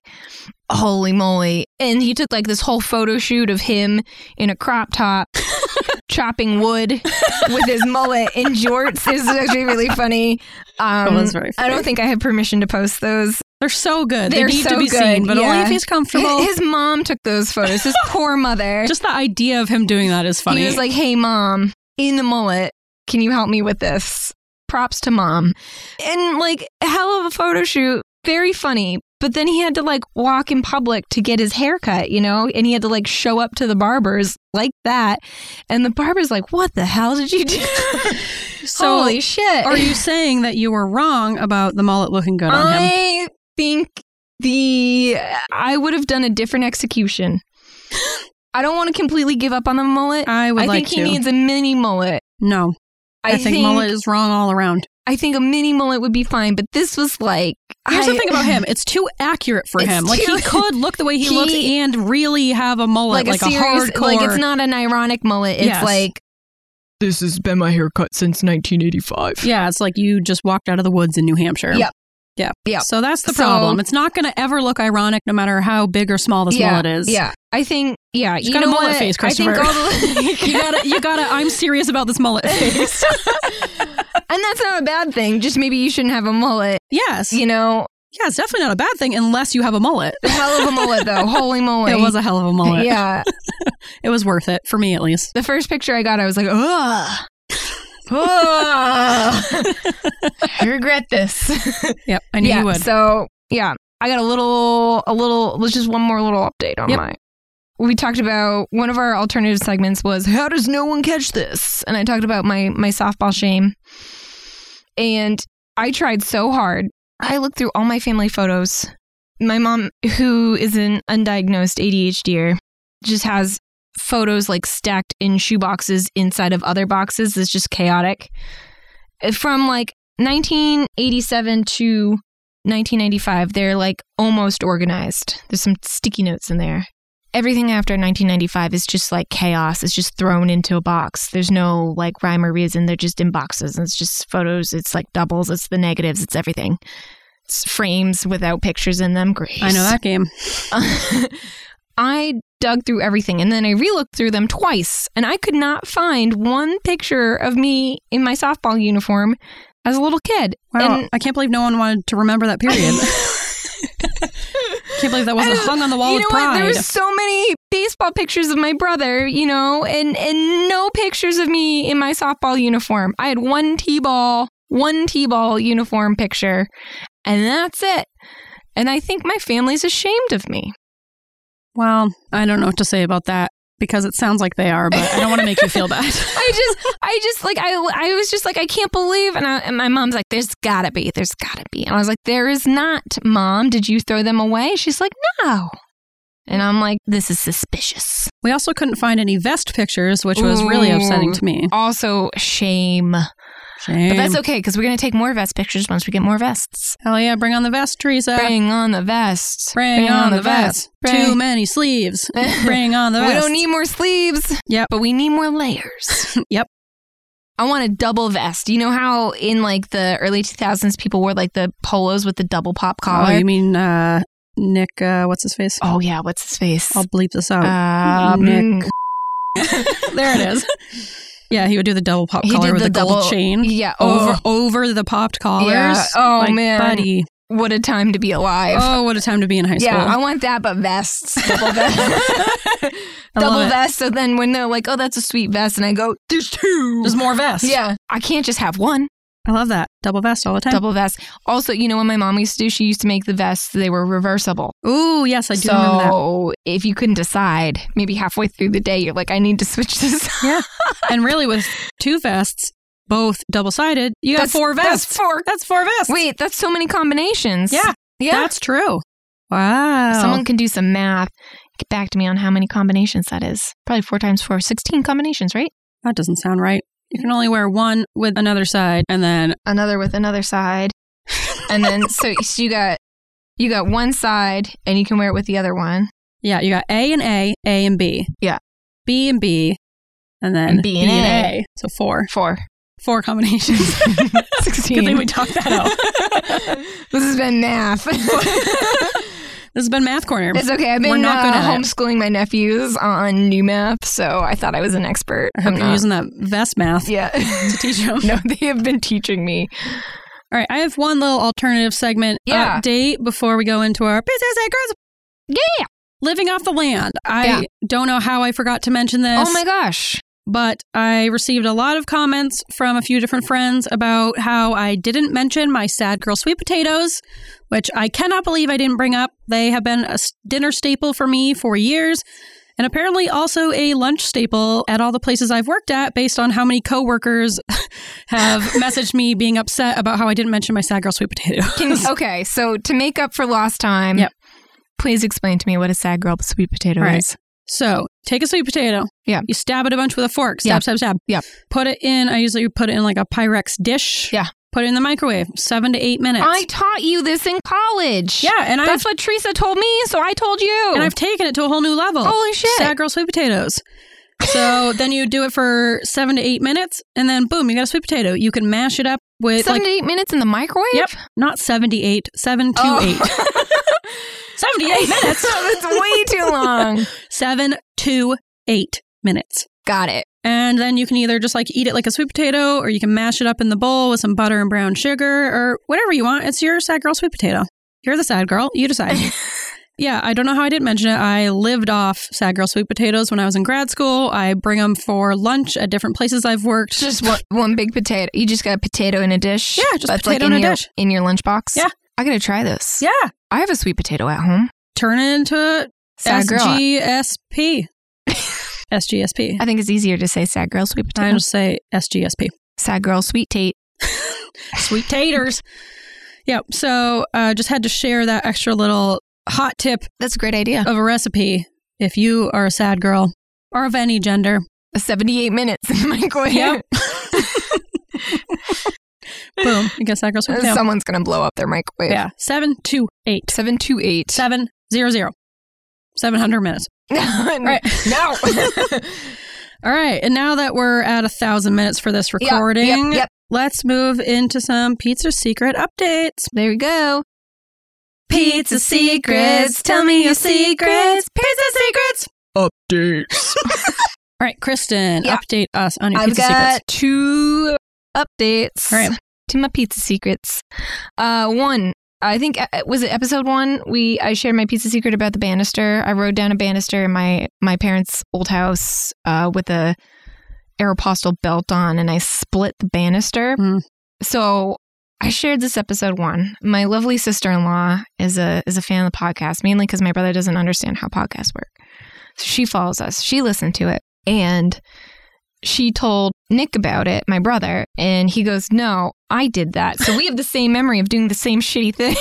S1: holy moly and he took like this whole photo shoot of him in a crop top chopping wood with his mullet in jorts This is actually really funny um
S2: It was very
S1: i don't
S2: funny.
S1: think i have permission to post those
S2: They're so good. They
S1: They're
S2: need
S1: so
S2: to be
S1: good,
S2: seen, but only
S1: yeah.
S2: if he's comfortable.
S1: his mom took those photos his poor mother
S2: Just the idea of him doing that is funny.
S1: He was like, "Hey, mom, in the mullet, can you help me with this?" Props to mom, and like hell of a photo shoot, very funny. But then he had to like walk in public to get his haircut, you know, and he had to like show up to the barbers like that, and the barber's like, "What the hell did you do?"
S2: so
S1: Holy shit!
S2: are you saying that you were wrong about the mullet looking good on him?
S1: I think the I would have done a different execution. I don't want to completely give up on the mullet.
S2: I would
S1: I
S2: like
S1: think he
S2: to.
S1: needs a mini mullet.
S2: no, I, think, mullet is wrong all around.
S1: I think a mini mullet would be fine, but this was like
S2: Here's
S1: I-
S2: the thing about him: it's too accurate for
S1: It's
S2: him. Like
S1: too-
S2: he could look the way he,
S1: He-
S2: looks and really have a mullet, like,
S1: like, a serious,
S2: hardcore.
S1: like it's not an ironic mullet. It's
S2: Yes.
S1: like
S3: This has been my haircut since 1985.
S2: yeah, it's like you just walked out of the woods in New Hampshire.
S1: Yep.
S2: Yeah.
S1: Yep.
S2: So that's the
S1: So-
S2: problem. It's not going to ever look ironic, no matter how big or small this
S1: yeah,
S2: mullet is.
S1: Yeah, I think yeah.
S2: He's
S1: you
S2: got a
S1: know
S2: mullet
S1: what?
S2: face,
S1: I
S2: Christopher.
S1: think all the
S2: you gotta, you gotta. I'm serious about this mullet face.
S1: and that's not a bad thing. Just maybe you shouldn't have a mullet.
S2: yes,
S1: You know,
S2: yeah, it's definitely not a bad thing unless you have a mullet.
S1: hell of a mullet though. Holy moly!
S2: It was a hell of a mullet.
S1: Yeah,
S2: It was worth it for me at least.
S1: the first picture I got, I was like, ugh. Ugh. I regret this.
S2: Yep, I knew
S1: yeah,
S2: you would.
S1: So yeah, I got a little, a little. Let's just one more little update on
S2: Yep.
S1: my. We talked about one of our alternative segments was how does no one catch this? And I talked about my my softball shame. And I tried so hard. I looked through all my family photos. My mom, who is an undiagnosed ADHDer, just has photos like stacked in shoe boxes inside of other boxes. It's just chaotic. From like 1987 to 1995, they're like almost organized. There's some sticky notes in there. Everything after 1995 is just like chaos. It's just thrown into a box. There's no like rhyme or reason. They're just in boxes. It's just photos. It's like doubles. It's the negatives. It's everything. It's frames without pictures in them. Grace.
S2: I know that game.
S1: I dug through everything and then I relooked through them twice and I could not find one picture of me in my softball uniform as a little kid.
S2: Wow,
S1: And-
S2: I can't believe no one wanted to remember that period. can't believe that wasn't
S1: And
S2: hung on the wall
S1: you
S2: with
S1: know what?
S2: pride.
S1: There were so many baseball pictures of my brother, you know, and and no pictures of me in my softball uniform. I had one t-ball, one t-ball uniform picture, and that's it. And I think my family's ashamed of me.
S2: well, I don't know what to say about that because it sounds like they are, but I don't want to make you feel bad.
S1: I just, I just like, I, I was just like, I can't believe. And, I, and my mom's like, there's gotta be, there's gotta be. And I was like, there is not, mom. Did you throw them away? She's like, no. And I'm like, this is suspicious.
S2: We also couldn't find any vest pictures, which was really upsetting to me.
S1: Also, shame.
S2: Shame.
S1: But that's okay because we're going to take more vest pictures once we get more vests.
S2: Hell yeah, bring on the vest, Teresa.
S1: Bring on the vests.
S2: Uh, Bring on the vest.
S1: Bring-
S2: Too many sleeves. Bring on the vest.
S1: We don't need more sleeves.
S2: Yep.
S1: But we need more layers.
S2: Yep.
S1: I want a double vest. You know how in like the early 2000s people wore like the polos with the double pop collar?
S2: Oh, you mean uh, Nick? Uh, what's his face?
S1: Oh, yeah, what's his face?
S2: I'll bleep this out.
S1: Um,
S2: Nick. there it is. Yeah, he would do the double pop
S1: He
S2: collar
S1: did
S2: with
S1: the
S2: the, gold
S1: double-
S2: chain
S1: Yeah,
S2: over
S1: over.
S2: over the popped collars.
S1: Yeah. Oh,
S2: Like,
S1: man.
S2: buddy.
S1: What a time to be alive.
S2: Oh, what a time to be in high school.
S1: yeah, I want that, but vests. Double vest.
S2: I
S1: double
S2: love it.
S1: vest. So then when they're like, oh, that's a sweet vest, and I go, there's two.
S2: There's more vests.
S1: yeah, I can't just have one
S2: I love that double vest all the time.
S1: double vest. Also, you know what my mom used to do? She used to make the vests they were reversible.
S2: Ooh, yes, I do remember that.
S1: so if you couldn't decide, maybe halfway through the day, you're like, I need to switch this.
S2: Yeah, and really with two vests, both double sided, you got
S1: That's-
S2: four
S1: that's
S2: vests.
S1: four.
S2: That's four vests.
S1: Wait, that's so many combinations.
S2: Yeah,
S1: yeah.
S2: that's true. Wow.
S1: Someone can do some math. Get back to me on how many combinations that is. Probably four times four, 16 combinations, right?
S2: that doesn't sound right. You can only wear one with another side, and then
S1: another with another side. And then so, so you got you got one side and you can wear it with the other one.
S2: Yeah, you got A and A, A and B.
S1: Yeah.
S2: B and B, and then
S1: And B and A.
S2: So four.
S1: Four.
S2: Four combinations. Good thing we talked that out.
S1: this has been math.
S2: This has been Math Corner.
S1: it's okay. I've
S2: We're
S1: been
S2: not
S1: uh,
S2: good at it.
S1: homeschooling my nephews on new math, so I thought I was an expert.
S2: I hope
S1: I'm
S2: you're
S1: not.
S2: using that vest math
S1: yeah.
S2: to teach them.
S1: no, they have been teaching me.
S2: All right, I have one little alternative segment
S1: Yeah.
S2: update before we go into our business and girls.
S1: Yeah.
S2: Living off the land. I
S1: Yeah.
S2: don't know how I forgot to mention this.
S1: Oh my gosh.
S2: but I received a lot of comments from a few different friends about how I didn't mention my sad girl sweet potatoes, which I cannot believe I didn't bring up. They have been a s- dinner staple for me for years. And apparently, also a lunch staple at all the places I've worked at, based on how many coworkers have messaged me being upset about how I didn't mention my sad girl sweet potato.
S1: Can, okay, so to make up for lost time,
S2: Yep.
S1: please explain to me what a sad girl sweet potato
S2: Right.
S1: is.
S2: So take a sweet potato.
S1: Yeah.
S2: You stab it a bunch with a fork. Stab,
S1: Yeah.
S2: stab, stab.
S1: Yeah.
S2: Put it in. I usually put it in like a Pyrex dish.
S1: Yeah.
S2: Put it in the microwave. Seven to eight minutes.
S1: I taught you this in college.
S2: yeah, and I've
S1: That's what Teresa told me, so I told you.
S2: and I've taken it to a whole new level.
S1: Holy shit.
S2: Sad girl sweet potatoes. So then you do it for seven to eight minutes, and then boom, you got a sweet potato. You can mash it up with
S1: Seven
S2: like
S1: to eight minutes in the microwave?
S2: yep, not seventy eight, seven to
S1: Oh.
S2: eight. Seventy eight minutes.
S1: That's way too long.
S2: Seven to eight minutes.
S1: Got it.
S2: And then you can either just like eat it like a sweet potato or you can mash it up in the bowl with some butter and brown sugar or whatever you want. It's your sad girl sweet potato. You're the sad girl. You decide. yeah, I don't know how I didn't mention it. I lived off sad girl sweet potatoes when I was in grad school. I bring them for lunch at different places I've worked.
S1: Just one, one big potato. You just got a potato in a dish.
S2: Yeah, just
S1: That's
S2: potato in
S1: like
S2: a
S1: your,
S2: dish.
S1: In your lunchbox.
S2: Yeah.
S1: I gotta try this.
S2: yeah.
S1: I have a sweet potato at home.
S2: Turn it into
S1: Sad girl.
S2: SGSP. SGSP.
S1: I think it's easier to say sad girl sweet
S2: I
S1: potato.
S2: just say SGSP.
S1: Sad girl sweet tate.
S2: sweet taters. Yep. So uh, just had to share that extra little hot tip
S1: That's a great idea.
S2: of a recipe if you are a sad girl or of any gender.
S1: 78 Uh, minutes in the microwave.
S2: Yep. Boom. You get sad girl sweet potato.
S1: Someone's gonna blow up their microwave.
S2: Yeah. Seven two eight
S1: Seven to eight.
S2: seven zero zero. 700 minutes.
S1: right. No.
S2: All right. And now that we're at a thousand minutes for this
S1: yep,
S2: recording,
S1: yep.
S2: let's move into some pizza secret updates.
S1: there we go.
S2: Pizza secrets. Tell me your secrets. Pizza secrets.
S3: Updates.
S2: All right, Kristen,
S1: Yeah.
S2: update us on your
S1: I've
S2: Oh, pizza
S1: got
S2: secrets.
S1: two updates
S2: All right.
S1: to my pizza secrets. Uh, one, I think uh, was it episode one? We I shared my pizza secret about the banister. I rode down a banister in my my parents' old house uh, with a Aeropostale belt on, and I split the banister.
S2: Mm.
S1: So. I shared this episode one. My lovely sister in law is a is a fan of the podcast, mainly because my brother doesn't understand how podcasts work. So she follows us. She listened to it, and she told Nick about it, my brother, and he goes, No, I did that. So we have the same memory of doing the same shitty thing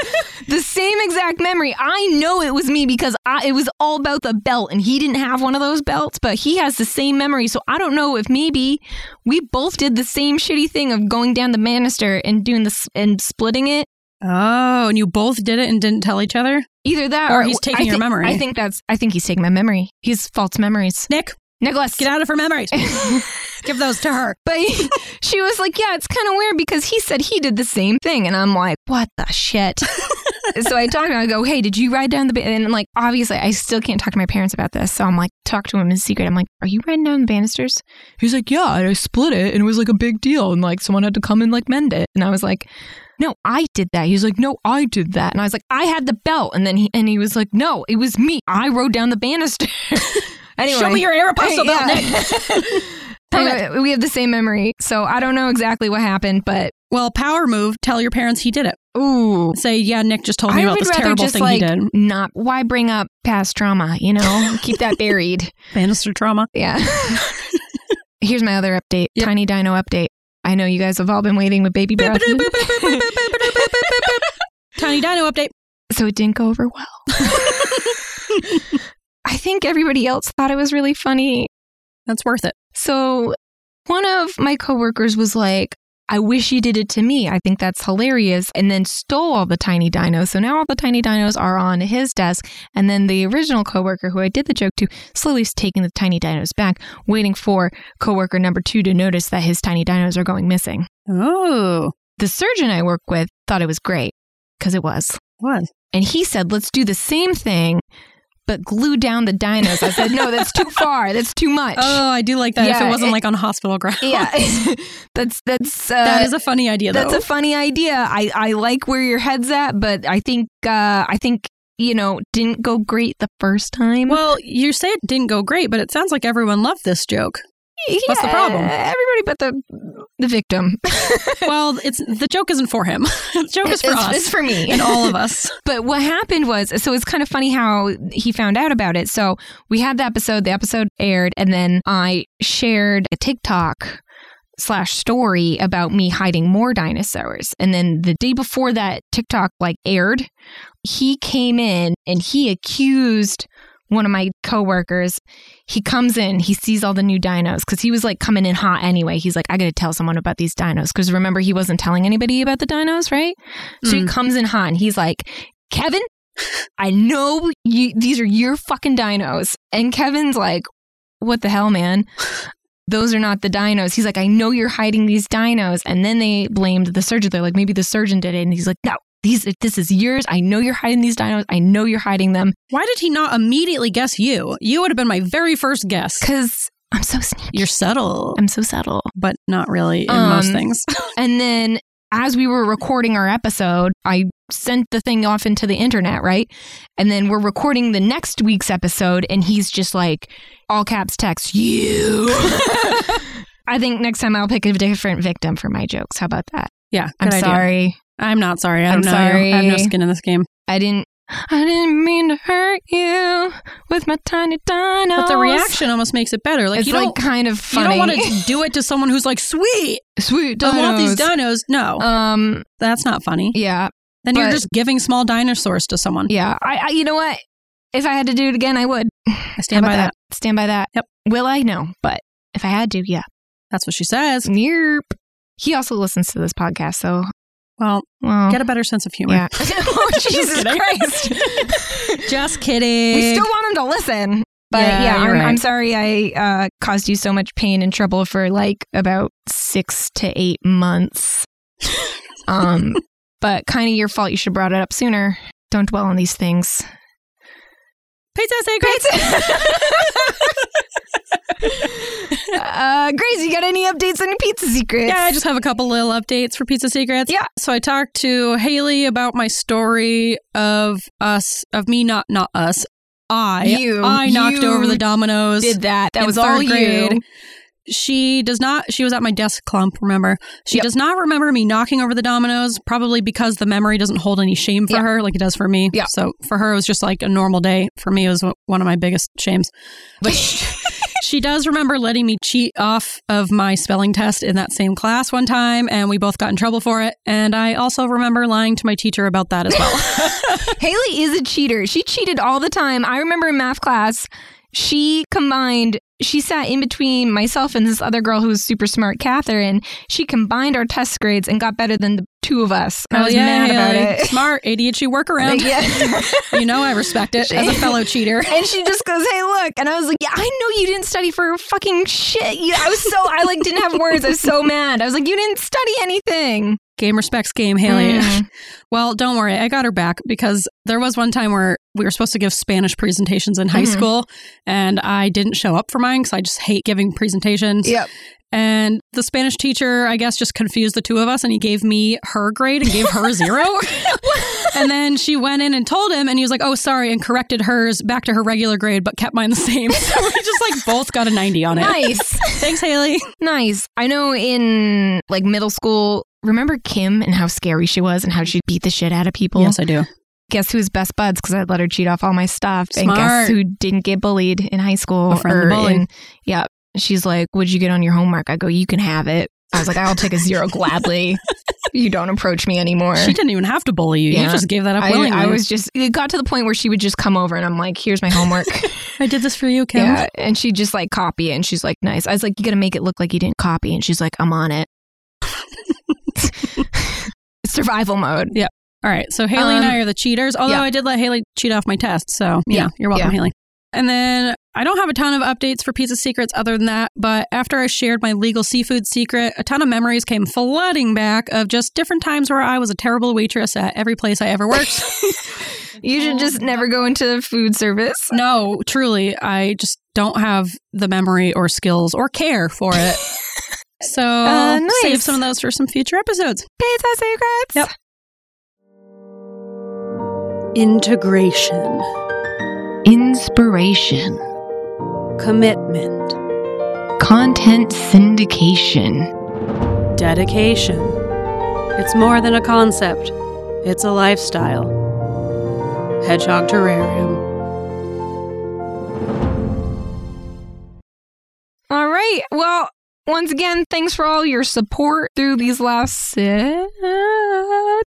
S1: the same exact memory. I know it was me because I, it was all about the belt, and he didn't have one of those belts, but he has the same memory. So I don't know if maybe we both did the same shitty thing of going down the banister and doing this and splitting it.
S2: Oh, and you both did it and didn't tell each other?
S1: Either that,
S2: Or he's taking
S1: I
S2: your
S1: thi-
S2: memory.
S1: I think that's. I think he's taking my memory. He's false memories.
S2: Nick,
S1: Nicholas,
S2: get out of her memories. Give those to her.
S1: But she was like, Yeah, it's kind of weird because he said he did the same thing. And I'm like, What the shit? so I talked to him. I go, Hey, did you ride down the. Ba-? And like, obviously, I still can't talk to my parents about this. So I'm like, Talk to him in secret. I'm like, Are you riding down the banisters?
S3: He's like, yeah, and I split it, and it was like a big deal, and like someone had to come and like mend it,
S1: And I was like, No, I did that. He was like, No, I did that. And I was like, I had the belt. And then he, and he was like, No, it was me. I rode down the banister. anyway.
S2: Show me your Aeropostale
S1: Hey,
S2: belt,
S1: yeah.
S2: Nick.
S1: Anyway, we have the same memory. So I don't know exactly what happened, but
S2: Well, power move. Tell your parents he did it.
S1: ooh.
S2: Say, yeah, Nick just told me
S1: I
S2: about
S1: would
S2: this
S1: rather
S2: terrible
S1: just,
S2: thing
S1: like,
S2: he did.
S1: Not why bring up past trauma, you know? Keep that buried.
S2: Banister trauma.
S1: Yeah. Here's my other update.
S2: Yep.
S1: Tiny Dino update. I know you guys have all been waiting with baby breath.
S2: Tiny Dino update.
S1: so it didn't go over well. I think everybody else thought it was really funny.
S2: That's worth it.
S1: So one of my coworkers was like, I wish you did it to me. I think that's hilarious. And then stole all the tiny dinos. So now all the tiny dinos are on his desk. And then the original coworker who I did the joke to slowly is taking the tiny dinos back, waiting for coworker number two to notice that his tiny dinos are going missing.
S2: Oh,
S1: The surgeon I work with thought it was great because it was.
S2: what?
S1: And he said, let's do the same thing, but glue down the dinos. I said, no, that's too far. That's too much.
S2: Oh, I do like that. if it
S1: Yeah,
S2: wasn't
S1: it-
S2: like on hospital ground.
S1: Yeah, that's that's uh,
S2: that is a funny idea, though.
S1: that's a funny idea. I I like where your head's at, but I think uh, I think you know didn't go great the first time.
S2: well, you say it didn't go great, but it sounds like everyone loved this joke. what's the
S1: Yeah,
S2: problem?
S1: Everybody but the the victim.
S2: well, it's the joke isn't for him. the joke is for
S1: it's,
S2: us
S1: it's for me.
S2: and all of us.
S1: But what happened was, so it's kind of funny how he found out about it. So we had the episode, the episode aired, and then I shared a TikTok slash story about me hiding more dinosaurs. And then the day before that TikTok like aired, he came in and he accused one of my coworkers. He comes in, he sees all the new dinos because he was like coming in hot anyway. He's like, I got to tell someone about these dinos because remember he wasn't telling anybody about the dinos, right? So he
S2: Mm.
S1: comes in hot and he's like, Kevin, I know you, these are your fucking dinos. And Kevin's like, what the hell, man? Those are not the dinos. He's like, I know you're hiding these dinos. And then they blamed the surgeon. They're like, maybe the surgeon did it. And he's like, no, these, this is yours. I know you're hiding these dinos. I know you're hiding them
S2: Why did he not immediately guess you? You would have been my very first guess.
S1: because I'm so sneaky.
S2: You're subtle,
S1: I'm so subtle.
S2: but not really in most
S1: Um,
S2: things.
S1: And then as we were recording our episode, I sent the thing off into the internet, right? And then we're recording the next week's episode, and he's just like, all caps text, you. I think next time I'll pick a different victim for my jokes. How about that?
S2: Yeah,
S1: I'm
S2: good idea.
S1: sorry.
S2: I'm not sorry. I
S1: I'm
S2: don't know. you. I have no
S1: sorry.
S2: skin in this game.
S1: I didn't. I didn't mean to hurt you with my tiny dinos.
S2: But the reaction almost makes it better. Like
S1: it's
S2: you
S1: like
S2: don't
S1: kind of funny.
S2: you don't want to do it to someone who's like, "Sweet,
S1: sweet
S2: I want these dinos." No,
S1: Um.
S2: that's not funny.
S1: Yeah.
S2: then you're
S1: but-
S2: just giving small dinosaurs to someone.
S1: Yeah. I, I. You know what? If I had to do it again, I would.
S2: I stand
S1: How
S2: by
S1: about
S2: that.
S1: Stand by that.
S2: Yep.
S1: Will I? No. But if I had to, yeah.
S2: That's what she says.
S1: Nope. He also listens to this podcast, so
S2: Well,
S1: well.
S2: get a better sense of humor.
S1: Oh. yeah. oh, Jesus
S2: kidding.
S1: Christ.
S2: Just kidding.
S1: we still want him to listen. But
S2: Yeah,
S1: yeah,
S2: you're
S1: I'm,
S2: right.
S1: I'm sorry I uh, caused you so much pain and trouble for like about six to eight months. um, but kind of your fault. You should have brought it up sooner. Don't dwell on these things.
S2: Pizza
S1: Grace, uh, Grace, you got any updates on your pizza secrets?
S2: Yeah, I just have a couple little updates for Pizza Secrets.
S1: Yeah.
S2: So I talked to Haley about my story of us, of me not, not us, I.
S1: You-
S2: I knocked
S1: you
S2: over the dominoes.
S1: did that. That
S2: in
S1: was
S2: third
S1: all
S2: grade.
S1: you.
S2: She does not, she was at my desk clump, remember? She
S1: Yep.
S2: does not remember me knocking over the dominoes, probably because the memory doesn't hold any shame for
S1: Yeah.
S2: her like it does for me.
S1: Yeah.
S2: So for her, it was just like a normal day. For me, it was one of my biggest shames. But she, She does remember letting me cheat off of my spelling test in that same class one time, and we both got in trouble for it. And I also remember lying to my teacher about that as well.
S1: Haley is a cheater. She cheated all the time. I remember in math class, she combined, she sat in between myself and this other girl who was super smart, Catherine. She combined our test grades and got better than the two of us. I
S2: Hell
S1: was mad about
S2: Haley.
S1: it.
S2: Smart ADHD workaround.
S1: yeah.
S2: You know, I respect it as a fellow cheater.
S1: And she just goes, "Hey, look!" And I was like, "Yeah, I know you didn't study for fucking shit. You, I was so I like didn't have words. I was so mad. I was like, you didn't study anything."
S2: Game respects game, Haley.
S1: Mm.
S2: Well, don't worry. I got her back because there was one time where we were supposed to give Spanish presentations in high
S1: Mhm.
S2: school, and I didn't show up for mine because I just hate giving presentations.
S1: Yep.
S2: And the Spanish teacher, I guess, just confused the two of us and he gave me her grade and gave her a zero. and then she went in and told him, and he was like, oh, sorry, and corrected hers back to her regular grade, but kept mine the same. So we just like both got a 90 on it.
S1: Nice,
S2: Thanks, Haley.
S1: nice. I know in like middle school. Remember Kim and how scary she was and how she beat the shit out of people.
S2: I do.
S1: Guess who's best buds? Because I'd let her cheat off all my stuff. And
S2: Smart.
S1: guess who didn't get bullied in high school?
S2: Befriend the bully.
S1: in- yeah. She's like, "What'd you get on your homework?" I go, "You can have it." I was like, "I'll take a zero gladly." You don't approach me anymore.
S2: She didn't even have to bully you. You
S1: Yeah.
S2: just gave that up willingly.
S1: I, I was just it got to the point where she would just come over and I'm like, here's my homework.
S2: I did this for you, Kim.
S1: yeah. And she just like copy it and she's like, nice. I was like, you gotta make it look like you didn't copy and she's like, I'm on it. Survival mode.
S2: All right. So Haley and
S1: Um,
S2: I are the cheaters, although
S1: yeah.
S2: I did let Haley cheat off my test. So yeah,
S1: Yeah,
S2: you're welcome,
S1: yeah.
S2: Haley. And then I don't have a ton of updates for Pizza Secrets other than that, but after I shared my legal seafood secret, a ton of memories came flooding back of just different times where I was a terrible waitress at every place I ever worked.
S1: You should just never go into the food service.
S2: no, truly, I just don't have the memory or skills or care for it. So
S1: Uh,
S2: I'll save
S1: nice.
S2: some of those for some future episodes.
S1: Pizza secrets.
S2: Yep.
S4: Integration.
S1: Inspiration.
S4: Commitment.
S1: Content syndication.
S4: Dedication. It's more than a concept, it's a lifestyle. Hedgehog Terrarium.
S1: All right. Well, once again, thanks for all your support through these last uh,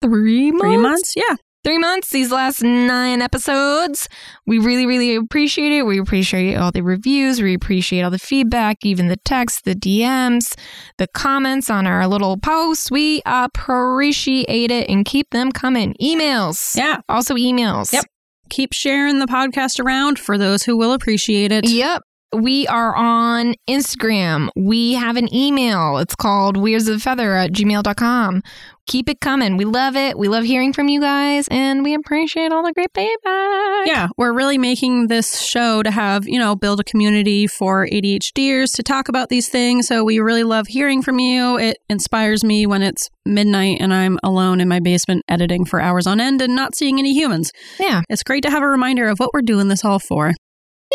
S1: three months.
S2: Three months? Yeah.
S1: three months, these last nine episodes. We really, really appreciate it. We appreciate all the reviews. We appreciate all the feedback, even the text, the DMs, the comments on our little posts. We appreciate it and keep them coming. Emails.
S2: Yeah.
S1: Also emails.
S2: Yep. keep sharing the podcast around for those who will appreciate it.
S1: Yep. We are on Instagram. We have an email. It's called Weirds of the Feather at gmail.com. Keep it coming. We love it. We love hearing from you guys and we appreciate all the great feedback.
S2: Yeah, we're really making this show to have, you know, build a community for ADHDers to talk about these things. So we really love hearing from you. It inspires me when it's midnight and I'm alone in my basement editing for hours on end and not seeing any humans.
S1: Yeah.
S2: It's great to have a reminder of what we're doing this all for.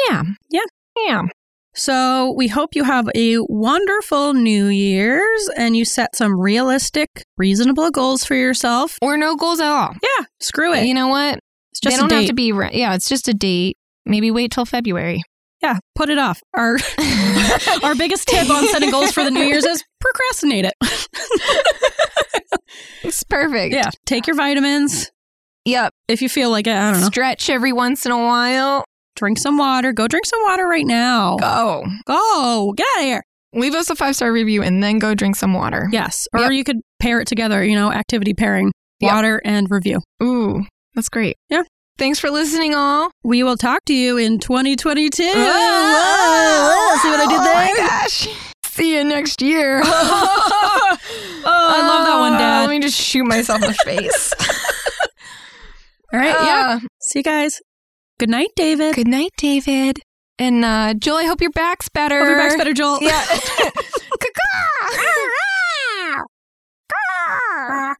S1: Yeah.
S2: Yeah.
S1: Yeah.
S2: So we hope you have a wonderful New Year's and you set some realistic, reasonable goals for yourself.
S1: Or no goals at all.
S2: Yeah, screw it.
S1: You know what?
S2: It's just
S1: they don't
S2: a date.
S1: have to be. Re- yeah, it's just a date. Maybe wait till February.
S2: yeah, put it off. Our Our biggest tip on setting goals for the New Year's is procrastinate it.
S1: It's perfect.
S2: yeah, take your vitamins.
S1: Yep.
S2: If you feel like it, I don't know.
S1: Stretch every once in a while.
S2: Drink some water. Go drink some water right now. Go.
S1: Go.
S2: Get out of here.
S1: Leave us a five star review and then go drink some water.
S2: Yes. Or
S1: Yep.
S2: you could pair it together, you know, activity pairing,
S1: Yep.
S2: water and review.
S1: Ooh, that's great.
S2: Yeah.
S1: Thanks for listening, all.
S2: We will talk to you in 2022.
S1: Whoa,
S2: Oh, Whoa, see what I did there?
S1: Oh my gosh. See you next year.
S2: I love that one, Dad.
S1: Let me just shoot myself in the face.
S2: Oh, All right. yeah.
S1: Uh,
S2: See you guys. Good night, David.
S1: Good night, David. And uh, Joel, I hope your back's better.
S2: Hope your back's better, Joel.
S1: Yeah. Caw-caw. Caw.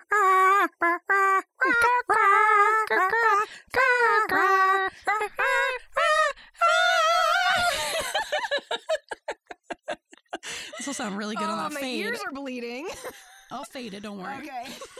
S2: This will sound really good
S1: Oh,
S2: on that
S1: my
S2: fade.
S1: ears are bleeding.
S2: Oh,
S1: Oh,
S2: I'll fade it. Don't worry.
S1: Okay.